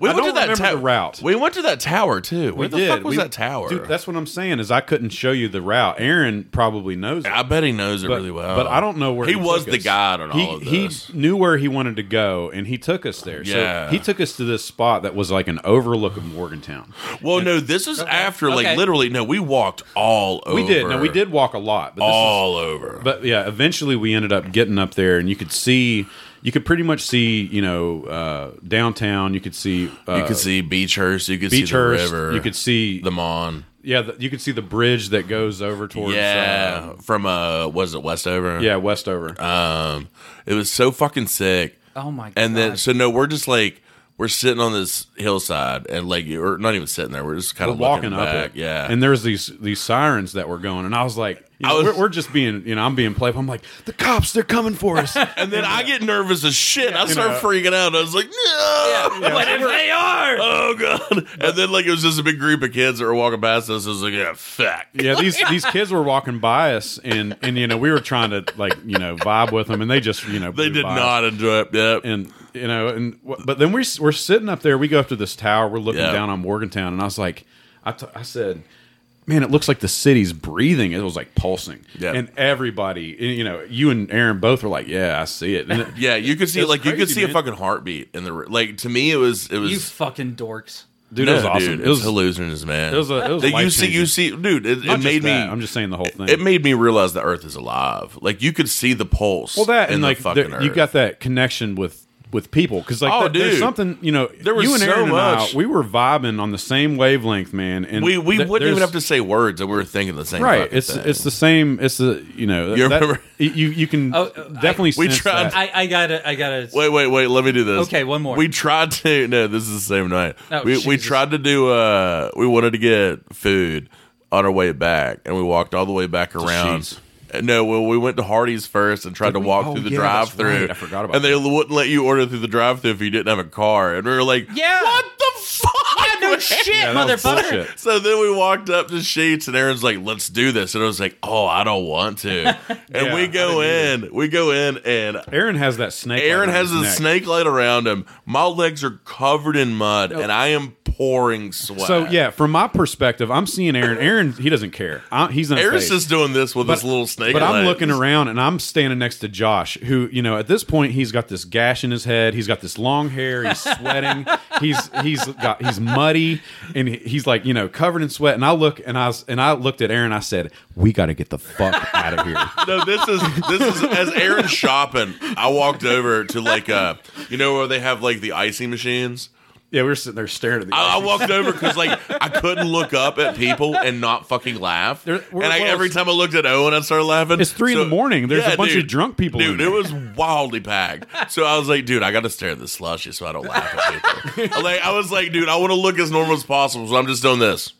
we I went don't to that remember tower. the route. We went to that tower too. Where the did. fuck was We- that tower? Dude, that's what I'm saying is I couldn't show you the route. Aaron probably knows it. I bet he knows it but, really well. but I don't know where he, he, was took the us. guide on he, all of he this. knew where he wanted to go, and he took us there. Yeah. So he took us to this spot that was like an overlook of Morgantown. well, no, this was after like Okay. literally. No, we walked all over. Oh. We did. No, we did walk a lot, but this is, all over. But yeah, eventually we ended up getting up there, and you could see, you could pretty much see, you know, uh, downtown. You could see uh, you could see Beechhurst. You could see the Beechhurst. river. You could see the Mon. yeah, the, you could see the bridge that goes over towards Yeah, uh, from uh, was it Westover? yeah, Westover. Um, it was so fucking sick. Oh my god! and then so no, we're just like we're sitting on this hillside and like or not even sitting there. We're just kind We're of walking up back. it, Yeah, And there's these these sirens that were going, and I was like, I you know, was- we're, we're just being, you know, I'm being playful. I'm like, the cops, they're coming for us. and then I get nervous as shit. I start know. freaking out. I was like, no. what if they are? Oh god! And then like it was just a big group of kids that were walking past us. I was like, "Yeah, fuck." yeah, these these kids were walking by us, and and you know, we were trying to like you know vibe with them, and they just you know They blew did by us. not enjoy it. Yep. and you know, and wh- but then we're we're sitting up there. We go up to this tower. We're looking Yeah. down on Morgantown, and I was like, I, t- I said, man, it looks like the city's breathing. It was like pulsing. Yeah. And everybody, and, you know, you and Aaron both were like, yeah, I see it. And it- yeah, you could see It's like you could crazy, see a man. fucking heartbeat in the r- like. To me, it was it was You fucking dorks. dude, no, it was awesome. dude, it was hallucinogens, man. it was a- it was That you see life-changing. you see dude. It, not it just made me. that, I'm just saying the whole thing. it made me realize the Earth is alive. Like you could see the pulse. well, that in and the like fucking there- Earth. you got that connection with. With people, because like Oh, that- there's dude. something you know. There was you and so Aaron much. and I, we were vibing on the same wavelength, man. And we we th- wouldn't even there's- have to say words, and we were thinking the same. right fucking it's thing. it's the same it's the you know You that- remember- you you can Oh, uh, definitely We sense tried- that. I, I gotta, I gotta. Wait, wait, wait. Let me do this. Okay, one more. We tried to. No, this is the same night. Oh, we we Jesus. tried to do. Uh, we wanted to get food on our way back, and we walked all the way back around. Uh, Sheetz. No, well, we went to Hardee's first and tried to we? walk Oh, through the yeah, that's drive-through. right. I forgot about And they wouldn't let you order through the drive-through if you didn't have a car. And we were like, Yeah. what the fuck? Yeah, no man?" Oh, shit, Yeah, that was motherfucker. bullshit. So then we walked up to Sheets, and Aaron's like, "Let's do this," and I was like, "Oh, I don't want to." And Yeah, we I go in, we go in, and aaron has that snake Aaron on has his a neck. snake light around him. My legs are covered in mud, and I am pouring sweat. so yeah from my perspective i'm seeing aaron aaron he doesn't care I, he's not Aaron's phased. just doing this with his little snake. but legs. i'm looking around and i'm standing next to josh who you know at this point he's got this gash in his head he's got this long hair he's sweating he's he's got he's muddy and he- he's like you know covered in sweat and i look and i was, and i looked at aaron i said we got to get the fuck out of here No, this is this is as Aaron's shopping. I walked over to like uh, you know where they have like the icy machines. yeah we were sitting there staring at the I, I walked over because like I couldn't look up at people and not fucking laugh. There- and we're- I, well, every time I looked at Owen, I started laughing. It's three in the morning. There's a bunch of drunk people in Dude, it there. was wildly packed. So I was like, dude, I got to stare at the slushy so I don't laugh at people. like I was like, dude, I want to look as normal as possible, so I'm just doing this.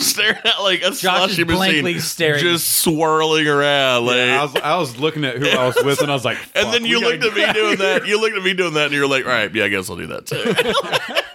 Stare at like a slushy blankly machine, staring. just swirling around. Like, I was, I was looking at who I was with, and I was like, and "Fuck, then we you gotta looked at me doing that. You looked at me doing that, and you were like, "All right, yeah, I guess I'll do that too."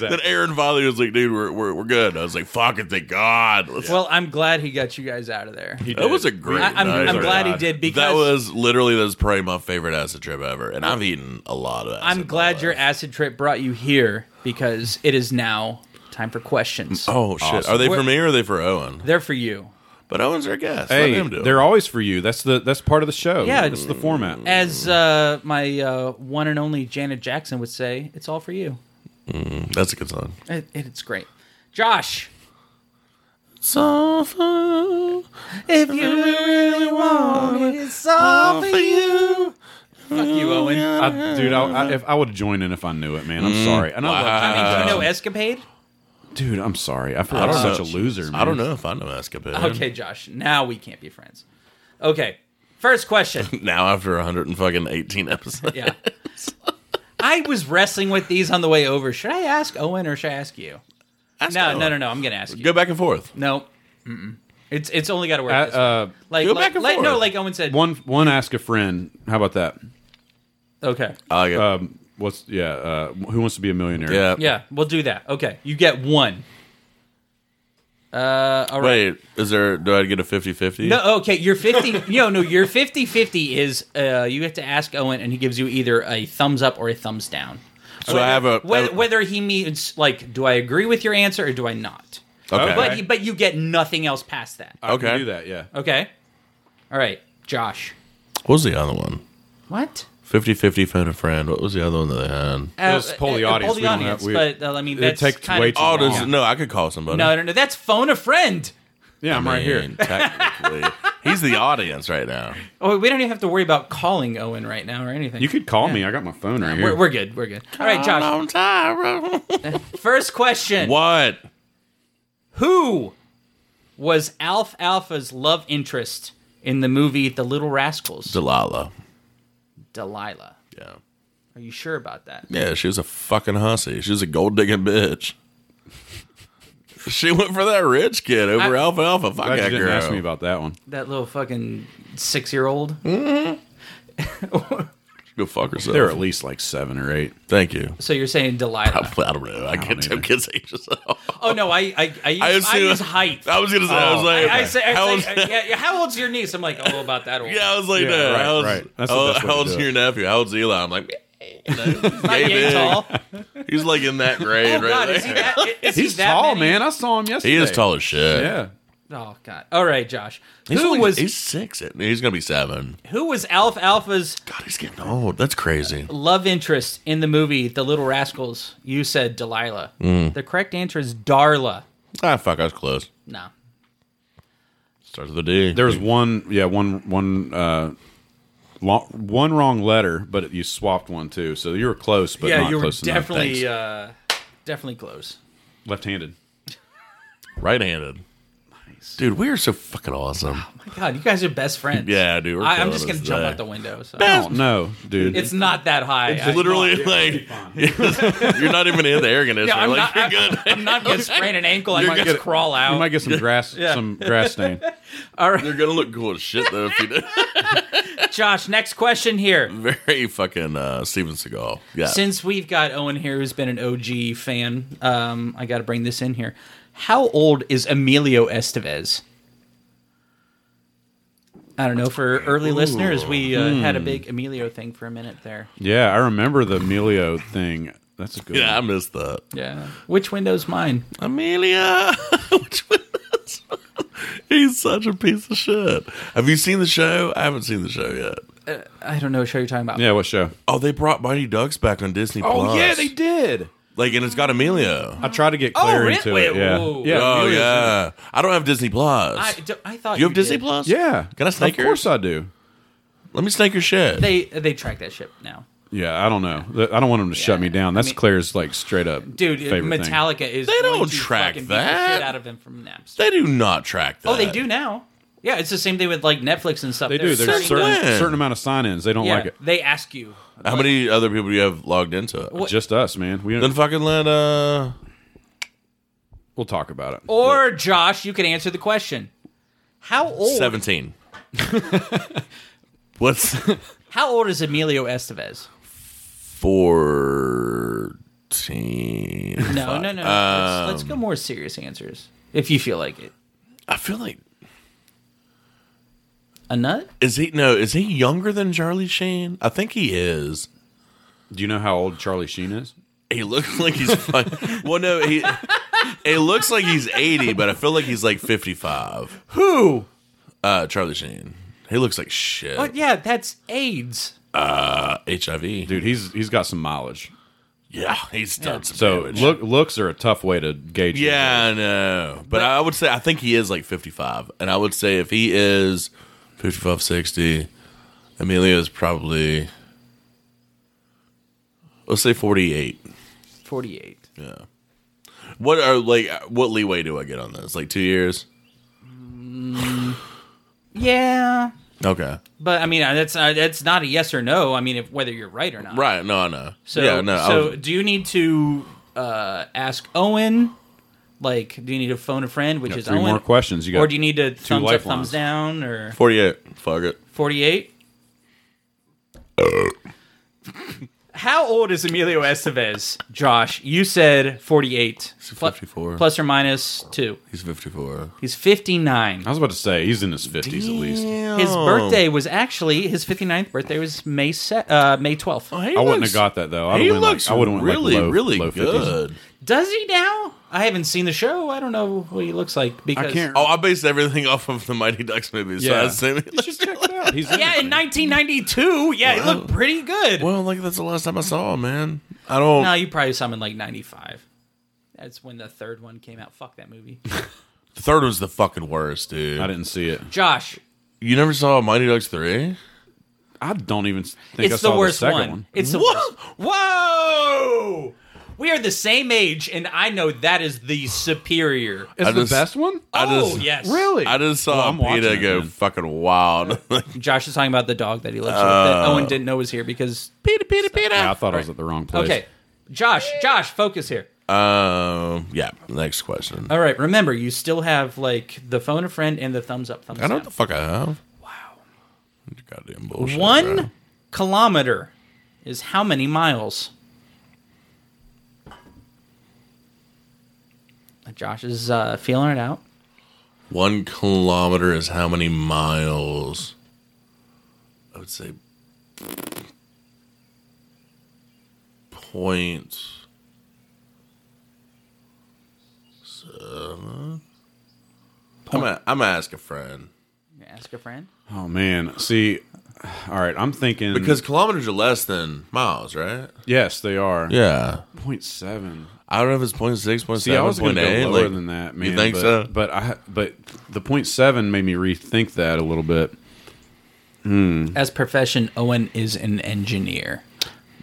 Then Aaron finally was like, "Dude, we're we're, we're good." And I was like, "Fucking thank God." Let's- Well, I'm glad he got you guys out of there. He that did. was a great. I, I'm, night. I'm glad he God. did because that was literally that was probably my favorite acid trip ever, and I've eaten a lot of. Acid in I'm my glad life. your acid trip brought you here because it is now time for questions. Oh shit! Are they for We're- me or are they for Owen? They're for you. But Owen's our guest. Let Hey, him do it. they're always for you. That's the that's part of the show. Yeah. that's the format. As uh, my uh, one and only Janet Jackson would say, it's all for you. That's a good song. It, it- it's great. Josh, So far, if you really want it, it's all for you. Fuck you, Owen. I, dude, I, I, if I would join in if I knew it, man. I'm sorry. And I I love mean, Mm-hmm. Wow. do you know Escapade? dude, I'm sorry. I feel I like don't such know. a loser. Man. I don't know if I know escapade. Okay, Josh. Now we can't be friends. Okay. First question. Now after 118 episodes. Yeah. I was wrestling with these on the way over. Should I ask Owen or should I ask you? Ask no, Owen. no, no, no. I'm gonna ask you. Go back and forth. No. Mm-mm. It's it's only got to work. Uh, this way. uh, like, go like- back and like- No, forth. like Owen said. one one ask a friend. How about that? Okay. I like it. Um, what's yeah? Uh, who wants to be a millionaire? yeah. Yeah, we'll do that. Okay, you get one. Uh, all right. Wait, is there? Do I get a 50-50? No, okay, your 50 no, no, your 50-50 is uh you have to ask Owen and he gives you either a thums up or a thumbs down. So I have a. Whether, whether he means like do I agree with your answer or do I not? okay. But Okay. but you get nothing else past that. I can Okay. do that. Yeah. Okay. All right, Josh. What was the other one? What? 50-50 phone a friend. What was the other one that they had? Uh, Just poll the uh, audience. Poll We the don't audience. have- we- but uh, I mean, it that's takes kind way of- too Oh, long. does, no, I could call somebody. No, no, no. That's phone a friend. Yeah, I'm right here. Man, Technically, he's the audience right now. Oh, we don't even have to worry about calling Owen right now or anything. You could call me. I got my phone right here. We're, we're good. We're good. All right, Josh. I'm tired. First question. what? Who was Alf Alpha's love interest in the movie The Little Rascals? Delilah. Delilah. Yeah. Are you sure about that? Yeah, she was a fucking hussy. She was a gold digging bitch. She went for that rich kid over I- Alpha Alpha. Fuck Glad you that didn't girl. ask me about that one. That little fucking six year old? Go fuck herself. There are at least like seven or eight. Thank you. So you're saying I, Delilah? I don't know. I can't tell either. kids' ages. Oh, no. I, I, I, use, I, assume- use height. I was gonna say. I was like, I, I say, I how say old's- uh, yeah, yeah, how old's your niece? I'm like, oh, about that old. yeah, I was like, Yeah, no, right, how old's, right. That's the how, best way how to old's do it. your nephew? How old's Eli? I'm like, you know, Not yay gay big. tall. He's like in that grade Oh, right God. there. Is he that? Is He's he that tall, many? man. I saw him yesterday. He is tall as shit. Yeah. Oh, God. All right, Josh. He's who only- was he's six. He's gonna be seven. who was Alf Alpha's God, he's getting old. That's crazy. love interest in the movie The Little Rascals, you said Delilah. The correct answer is Darla. Ah, fuck. I was close. No. Starts with a D. There was one. Yeah, one one uh, long, one wrong letter, but you swapped one too. So you were close, but yeah, not you were close enough. definitely Thanks. uh, definitely close. left-handed. right-handed. Dude, we are so fucking awesome. My God, you guys are best friends. Yeah, dude, we're I, I'm killing just gonna this jump day. out the window. So. Oh no, dude. It's not that high. I- Literally, like you're not even in the air conditioner. no, I'm, like not, you're I- good. I'm not gonna sprain an ankle. I You're might gonna- just crawl out. you might get some grass, Yeah. some grass stain. You're gonna look cool as shit though if you do. Josh, next question here. Very fucking uh, Steven Seagal. Mm, Yeah. Since we've got Owen here, who's been an OG fan, um, I got to bring this in here. How old is Emilio Estevez? I don't know. For early listeners, we uh, had a Hmm. big Emilio thing for a minute there. Yeah, I remember the Emilio thing. That's a good. yeah, I one. missed that. Yeah. Which window's mine? Amelia. Which one is- He's such a piece of shit. Have you seen the show? I haven't seen the show yet. I don't know what show you're talking about. yeah. What show? Oh, they brought Mighty Ducks back on Disney Oh, Plus. did. like, and it's got Emilio. I tried to get Oh, Claire really? into Wait, it. Yeah, whoa. yeah. oh Emilio's- yeah, I don't have Disney Plus. I, d- I thought you have Disney did. Plus? Yeah. Can I snake Of course I do. Let me snake your shit. They they track that ship now, Yeah, I don't know. Th- I don't want him to shut me down. That's mean- Claire's like straight up dude. favorite thing. Metallica is They going don't to track fucking beat the that. shit out of him from Napster. They do not track that. Oh, they do now. Yeah, it's the same thing with like Netflix and stuff. They do. They're There's starting certain to- When? certain amount of sign-ins. They don't Yeah, like it. they ask you. How many other people do you have logged into it? What- Just us, man. We Then fucking let uh we'll talk about it. Or Josh, you can answer the question. How old? seventeen. What's How old is Emilio Estevez? fourteen? No, no, no. no. let's, let's Um, go more serious answers if you feel like it. I feel like A nut? is he no? Is he younger than Charlie Sheen? I think he is. Do you know how old Charlie Sheen is? He looks like he's fun. well, no, he. It looks like he's eighty, but I feel like he's like fifty-five. Who? Uh, Charlie Sheen. He looks like shit. Uh, But Oh, yeah, that's AIDS. HIV. Dude, he's he's got some mileage. Yeah, he's done some So damage. look, looks are a tough way to gauge. it. Yeah, I know. But, I would say I think he is like 55. And I would say if he is 55, 60, Emilio is probably let's say 48. Forty-eight. Yeah. What are like what leeway do I get on this? Like two years? Yeah, Okay. but I mean uh, that's uh, that's not a yes or no. I mean, if whether you're right or not. Right. No, I know. So, yeah, no. I so was- do you need to uh, ask Owen? Like, do you need to phone a friend, which is Three Owen? more questions. You got or do you need to thumbs up, lifelines. thumbs down, or 48. Fuck it. forty-eight? How old is Emilio Estevez, Josh? You said forty-eight, Pl- 54. plus or minus two. He's 54. He's fifty-nine. I was about to say he's in his fifties at least. His birthday was actually his 59th birthday was May se- uh, May 12th. I wouldn't have got that though. I He would've went, looks like, I would've went, like, really, low- really low 50s. good. Does he now? I haven't seen the show. I don't know what he looks like because can't- Oh, I based everything off of the Mighty Ducks movie. So Yeah. I assume he looks Check it out. He's in Yeah, it. in 1992, yeah, it looked pretty good. Well, like that's the last time I saw him, man. I don't. No, you probably saw him in like 95. That's when the third one came out. Fuck that movie. the third one's the fucking worst, dude. I didn't see it. Josh, You never saw Mighty Ducks three? I don't even think I it's saw the worst second one. one. Mm. It's the What? worst. Whoa! We are the same age, and I know that is the superior. It's I the just- best one. I oh just, yes, Really? I just Well, saw I'm watching Peter it, go man. fucking wild. Josh is talking about the dog that he lives with Oh. that Owen didn't know was here because Peter, Peter, Peter. Yeah, I thought I was at the wrong place. Okay. Josh, Josh, focus here. Um. Yeah. Next question. All right, remember you still have like the phone a friend and the thumbs up, thumbs I don't know down. what the fuck I have. Wow. Goddamn bullshit. One bro. kilometer is how many miles? Josh is uh, feeling it out. One kilometer is how many miles? I would say point seven. I'm a, I'm gonna ask a friend Mm-hmm. You Ask a friend. Oh man, see, all right, I'm thinking because kilometers are less than miles, right? yes, they are Yeah, point seven. I don't know if it's point six, point See, I seven, was going point to go eight. lower like- than that, man. You think but, so? But I, but the point seven made me rethink that a little bit. As profession, Owen is an engineer.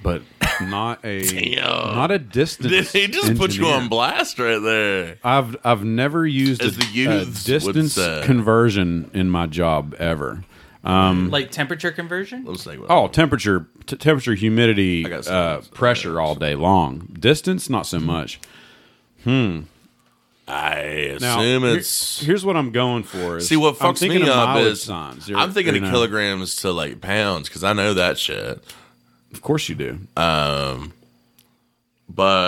But not a Damn. not a distance. Did he just put you engineer. on blast right there? I've I've never used As a, the a youths would distance say. conversion in my job ever. Hmm. Like temperature conversion? Let me see what- Oh, temperature, t- temperature, humidity, got some uh, of those. pressure all day long. Distance, not so much. I Now, assume here- it's here's what I'm going for. Is See what I'm fucks thinking me of up mileage is signs. You're- I'm thinking you of know, kilograms to like pounds because I know that shit. Of course you do. But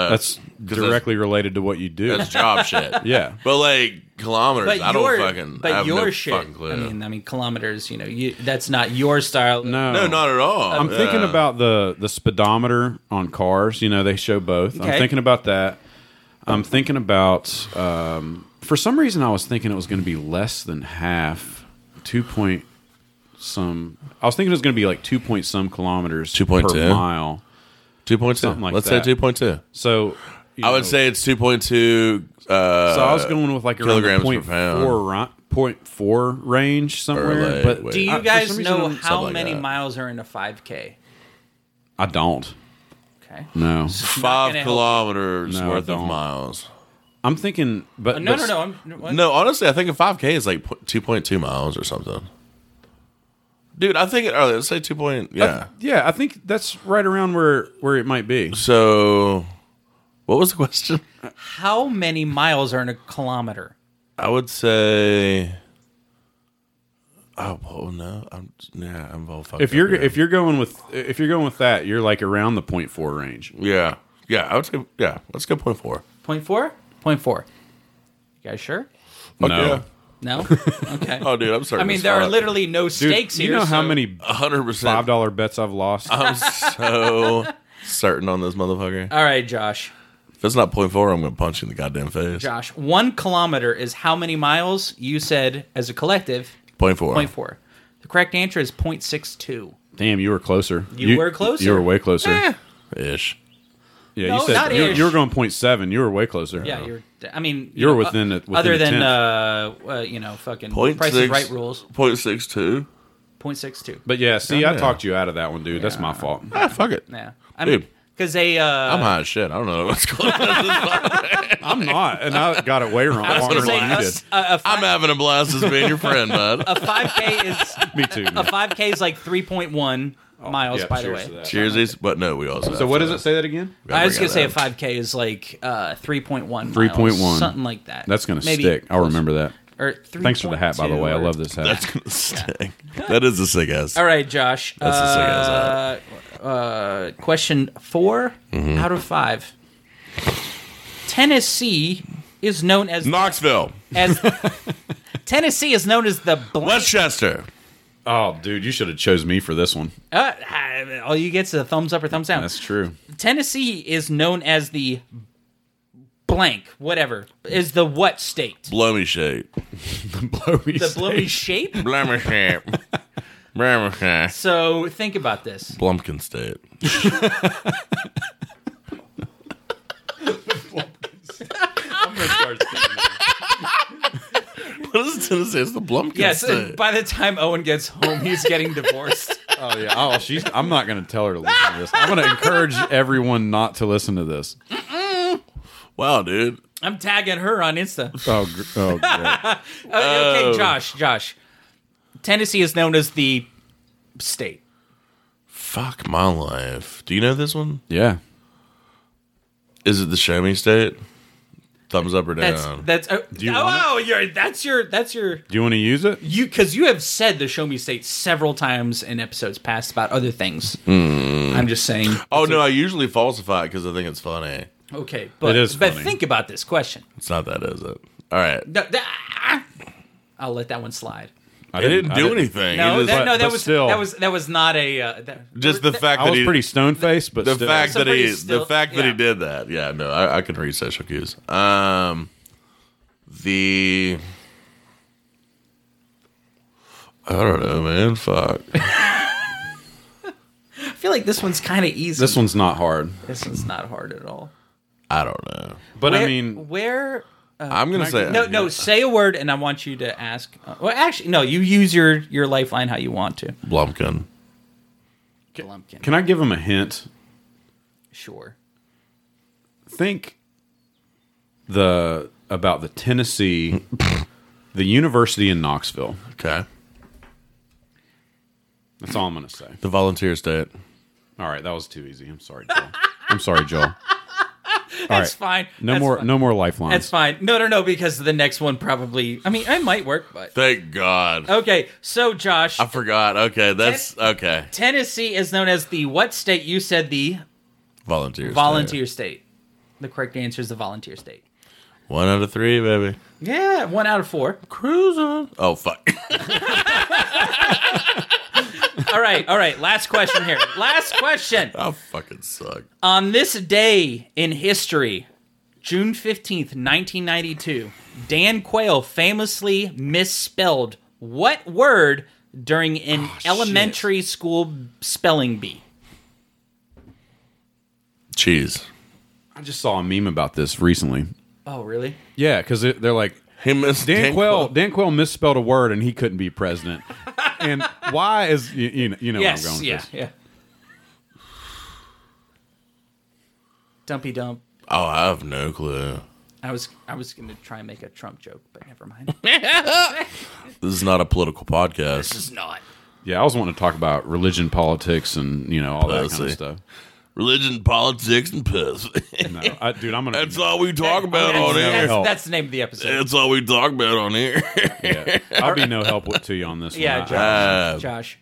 That's 'cause directly related to what you do. that's, that's job shit. yeah. but like kilometers, But I your, don't fucking. but I have your no shit. Fucking clue. I mean, I mean kilometers. You know, you that's not your style. No. no, not at all. oh. I'm Yeah. thinking about the the speedometer on cars. You know, they show both. Okay. I'm thinking about that. I'm thinking about. Um, for some reason, I was thinking it was going to be less than half, two point some. I was thinking it was going to be like two point some kilometers 2.2? per mile. two point two. something like Let's that. say two point two. So you I know, would say it's two point two. Uh, So I was going with like around the kilograms per point pound. four, ri- point four range somewhere. like, but wait. Do you I- for guys some reason, know I'm- how like many that. miles are in a 5K? I don't. Okay. No, five gonna help. kilometers No, I worth of don't. miles. I'm thinking, but Uh, No, but no, s- no. I'm, what? No, honestly, I think a five k is like two point two miles or something. Dude, I think it. All right, let's say two point. Yeah. Yeah, I think that's right around where where it might be. so, what was the question? How many miles are in a kilometer? I would say. Oh well, no, I'm yeah, I'm all fucked. If up you're here. if you're going with if you're going with that, you're like around the point four range. yeah, yeah, I would say yeah. Let's go point four. Point four? Point four. You guys sure? Fuck No. yeah. No? Okay. Oh, dude, I'm sorry. I mean, there are literally no Dude, stakes you here. know how so- Uh, many hundred five percent. dollar bets I've lost? I'm so certain on this motherfucker. All right, Josh. If it's not point four, I'm gonna punch you in the goddamn face. Josh, one kilometer is how many miles? You said as a collective, Point four. point four. The correct answer is point six two. Damn, you were closer. You were closer. Eh, You were way closer. ish. Yeah, No, you said not you, ish. you were going point seven. You were way closer. Yeah, you're. I mean, You're you know, within uh, it- within other a than tenth. uh, uh, you know, fucking Point Price is six- Right rules. Point six two. Point six two. But yeah, see, I Yeah. talked you out of that one, dude. That's my fault. Ah, fuck it. Yeah, I mean, Dude, because they I'm uh, high as shit. I don't know what's going on. I'm not, and I got it way wrong. I was gonna wrong say than a, you s- a, I'm having a blast as being your friend, bud. a 5K is did. Me too. a 5K is like 3.1 miles. Oh, yeah, by the cheers way, to that. Cheersies, but no, we also. So what does it say that again? I was gonna say a 5K is like uh, 3.1, miles, 3.1. something like that. That's gonna Maybe- stick. I'll remember that. Or Thanks for the hat, by the way. I 3.2 or- love this hat. That's gonna sting. That is a sick ass. All right, Josh. That's the sick ass uh, uh, question 4 Mm-hmm. out of five. Tennessee is known as Knoxville, as Tennessee is known as the blank. Westchester. oh, dude, you should have chose me for this one. Uh, I- all you get is a thumbs up or thumbs down. That's true. Tennessee is known as the blank, whatever is the what state? Blow me shape. Blow me The state. blowy shape. Blow me shape. Blow me shape. So think about this. Blumpkin State. What is Tennessee? It's the Blumpkin Yes. State. By the time Owen gets home, he's getting divorced. Oh yeah. Oh, she's. I'm not going to tell her to listen to this. I'm going to encourage everyone not to listen to this. wow, dude. I'm tagging her on Insta. Oh, gr- oh great. Uh, Oh. okay, Josh. Josh. Tennessee is known as the state. Fuck my life. Do you know this one? yeah. Is it the Show Me State? Thumbs up or down? That's that's. Uh, you want oh, you're that's your that's your Do you want to use it? you because you have said the Show Me State several times in episodes past about other things. Hmm. I'm just saying. oh no, I usually falsify it because I think it's funny. Okay, but It is but funny. think about this question. It's not that, is it? All right. No, th- ah, I'll let that one slide. I It didn't I do anything. No, It is- that, but- no, that but was still. that was that was not a uh, that, just the fact I that was he, pretty stone faced, but the still. fact that he Somebody's still- the fact that yeah. he did that. Yeah, no, I, I can read social cues. Um, the I don't know, man. Fuck. I feel like this one's kind of easy. this one's not hard. This one's not hard at all. I don't know. But I Where- mean, uh, where? I'm gonna say No, no. Say a word, and I want you to ask. Uh, well, actually, no. You use your your lifeline how you want to. Blumpkin. Lumpkin. can I give him a hint? sure. Think the about the Tennessee, the university in Knoxville. Okay. That's all I'm going to say. The volunteer state. All right, that was too easy. I'm sorry, Joel. I'm sorry, Joel. All right, That's fine. No That's more, fine. no more lifelines. That's fine. No, no, no, because the next one probably. I mean, it might work, but. Thank God. Okay, so Josh, I forgot. Okay, that's okay. Tennessee is known as the what state? You said the Volunteer. state. volunteer state. The correct answer is the volunteer state. One out of three, baby. Yeah, one out of four. Cruising. Oh fuck. All right, all right. Last question here. Last question. I fucking suck. On this day in history, June 15th, 1992, Dan Quayle famously misspelled what word during an elementary school spelling bee? Cheese. I just saw a meme about this recently. Oh, really? Yeah, because they're like He missed Dan, Quayle. Dan Quayle misspelled a word, and he couldn't be president. and why is you, you know, you know where I'm yes. going? Yeah. With this. Yeah. Dumpy dump. Oh, I have no clue. I was I was gonna try and make a Trump joke, but never mind. This is not a political podcast. it's not. Yeah, I was wanting to talk about religion, politics, and you know all that kind Pussy. of stuff. Religion, politics, and piss. No, I, dude, I'm gonna. That's all we talk about that's, on that's, here. help. that's the name of the episode. That's all we talk about on here. yeah, I'll be no help with- to you on this. Yeah, one. Josh. I- Uh, Josh.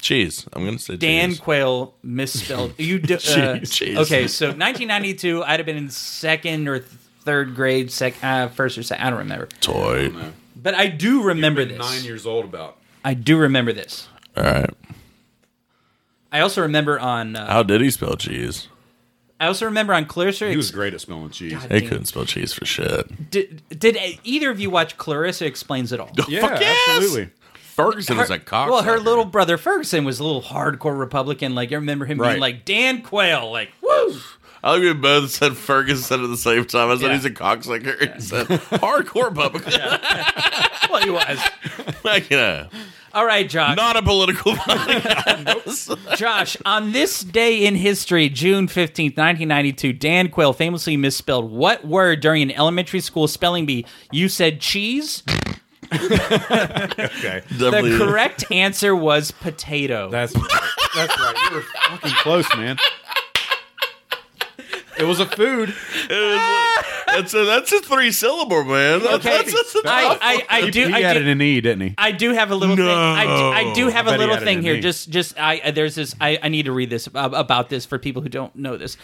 cheese. I'm gonna say Dan cheese. Quayle misspelled. You d- uh, Jeez. okay? So 1992, I'd have been in second or th- third grade, sec- uh, first or second. I don't remember, toy. but I do remember I- this. nine years old about. I do remember this. All right. I also remember on. Uh, How did he spell cheese? I also remember on Clarissa. He Ex- was great at spelling cheese. He Dan. couldn't spell cheese for shit. did, did uh, either of you watch Clarissa Explains It All? Yeah, Oh, Fuck yes! absolutely. Ferguson Her- is a cock. Well, her little brother Ferguson was a little hardcore Republican. Like I remember him Right. being like Dan Quayle, like woo. I think we both said Ferguson at the same time. I said Yeah. he's a cocksucker. He said hardcore public. well, he was. like, you know. All right, Josh. Not a political podcast. Josh, on this day in history, June 15th, 1992, Dan Quayle famously misspelled what word during an elementary school spelling bee? You said cheese? The Definitely- correct answer was potato. That's that's right. You were fucking close, man. It was a food. That's a that's a three syllable, man. That's, okay. that's, that's a tough- I, I, I He- do. he I added do an e, didn't he? I do have a little thing. I, do- I do have I a bet he little added thing an here. E. Just, just I. uh, There's this. I, I need to read this ab- about this for people who don't know this.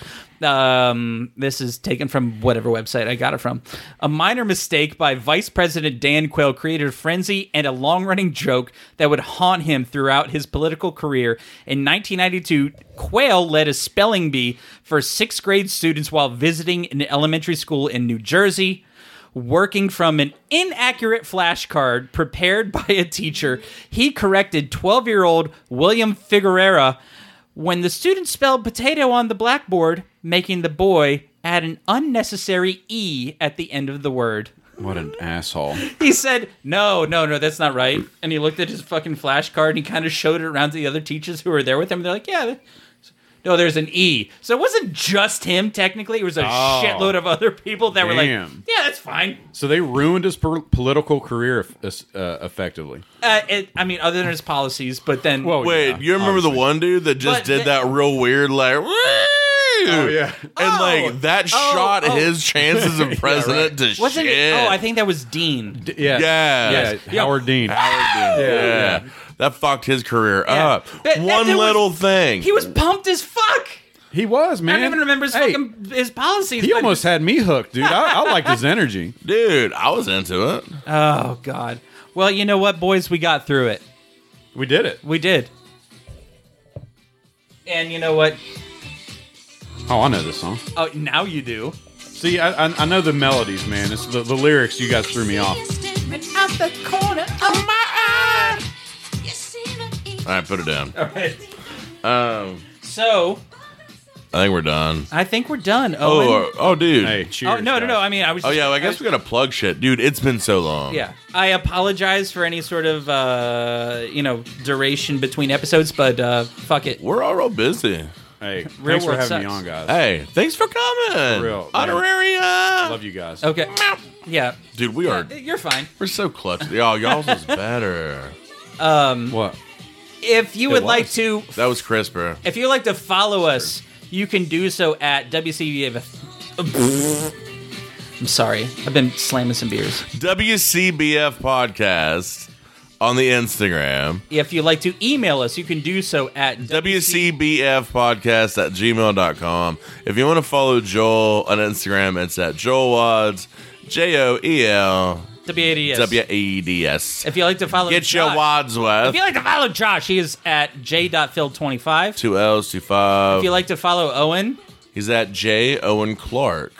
Um, this is taken from whatever website I got it from. A minor mistake by Vice President Dan Quayle created a frenzy and a long-running joke that would haunt him throughout his political career. In 1992, Quayle led a spelling bee for sixth grade students while visiting an elementary school in New Jersey working from an inaccurate flashcard prepared by a teacher, he corrected 12 year old William Figuerera when the student spelled potato on the blackboard, making the boy add an unnecessary E at the end of the word. What an asshole. He said, No, no, no, that's not right. And he looked at his fucking flashcard and he kind of showed it around to the other teachers who were there with him. They're like, Yeah. No, there's an E. So it wasn't just him, technically. It was a Oh. shitload of other people that were Damn. like, Yeah, that's fine. So they ruined his per- political career eff- uh, effectively. Uh, it, I mean, other than his policies, but then Well, Wait, Oh, yeah, you remember the obviously. one dude that just But did the- that real weird, like, oh yeah. and Oh, like that oh, shot oh. his chances of president to wasn't shit. it? Oh, I think that was Dean. D- yeah. Yeah. Yeah. Yeah. Howard Dean. yeah. Yeah. that fucked his career Yeah. up. That- that one dude was- little thing. He was pumped as fuck. He was, man. I don't even remember his Hey, fucking his policies. He but- almost had me hooked, dude. I, I liked his energy. dude. I was into it. Oh God. Well, you know what, boys, we got through it. We did it. We did. And you know what? Oh, I know this song. Oh, now you do. See, I, I, I know the melodies, man. It's the, the lyrics you guys threw me off. Out the corner of my eye. All right, put it down. All right. Um, So I think we're done. I think we're done. Owen. Oh, oh, dude. Hey, cheers. oh no, no, no. guys. I mean, I was. Oh just- yeah, well, I was- guess we gotta plug shit, dude. It's been so long. Yeah, I apologize for any sort of uh, you know duration between episodes, but uh, fuck it. we're all real busy. Hey, Real thanks for world having sucks. me on, guys. Hey, thanks for coming. For real, man. Honoraria. Love you guys. Okay. Yeah. Dude, we are You're fine. we're so clutch. Y'all, y'all's is better. What? If you would was. like to, That was crisper. if you'd like to follow us, you can do so at WCBF. I'm sorry. I've been slamming some beers. WCBF podcast on the Instagram. If you'd like to email us, you can do so at WCBF podcast at gmail.com. If you want to follow Joel on Instagram, it's at Joel Wads. J O E L WADS. W E D S. If you'd like to follow Get your Josh- If Wadsworth. you'd like to follow Josh, he is at j.phil25. Two L's, two If you'd five. like to follow Owen, He's at J Owen Clark.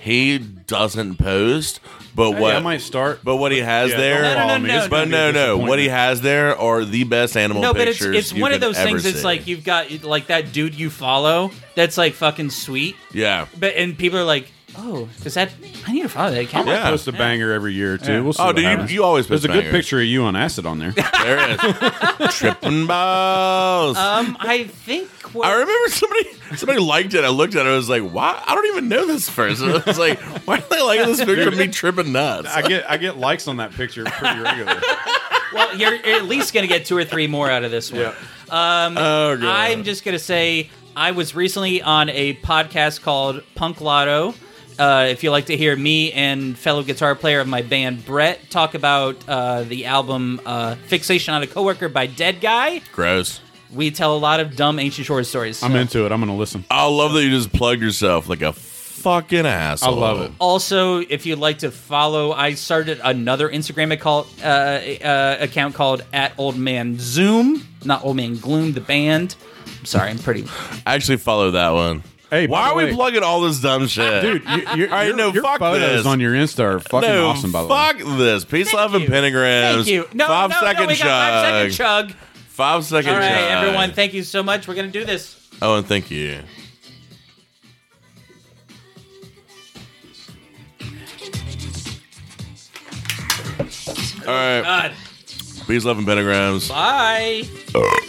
He doesn't post, but Hey, what I might start. But what he has Yeah, there, No, no, don't follow no, me. no, It's but gonna be no, a no, what he disappointment. has there are the best animal No, but it's pictures. it's you one of could those ever things. It's see. like you've got like that dude you follow that's like fucking sweet, yeah. but and people are like, oh, is that? I need to follow that account. Yeah. post a banger every year too. We'll see. Oh, what dude, you, happens. you always There's post a good bangers. picture of you on acid on there. There it is. Tripping balls. Um, I think. What, I remember somebody somebody liked it. I looked at it. I was like, "Why? I don't even know this person." I was like, "Why do they like this picture of me tripping nuts?" I get I get likes on that picture pretty regularly. well, you're at least gonna get two or three more out of this one. yeah. oh, God. I'm just gonna say I was recently on a podcast called Punk Lotto. Uh, if you like to hear me and fellow guitar player of my band Brett talk about uh, the album uh, "Fixation on a Coworker" by Dead Guy, gross. we tell a lot of dumb ancient shore stories. I'm So- into it. I'm gonna listen. I love that you just plugged yourself like a fucking asshole. love it. Also, if you'd like to follow, I started another Instagram account, uh, uh, account called at Old Man Zoom, not Old Man Gloom, the band. I'm sorry, I'm pretty. Actually, follow that one. Hey, by why the are we way- plugging all this dumb shit, Dude, you, you, All right, your, no, your fuck photos this. on your Insta are fucking no, awesome. By the way, fuck this. Peace, love, Thank and you. pentagrams. Thank you. No, five no, no, we got five second chug. chug. Five second All right, chug. everyone, thank you so much. We're gonna do this. oh, and thank you. All right. God. Uh, All Peace, love, and pentagrams. Bye.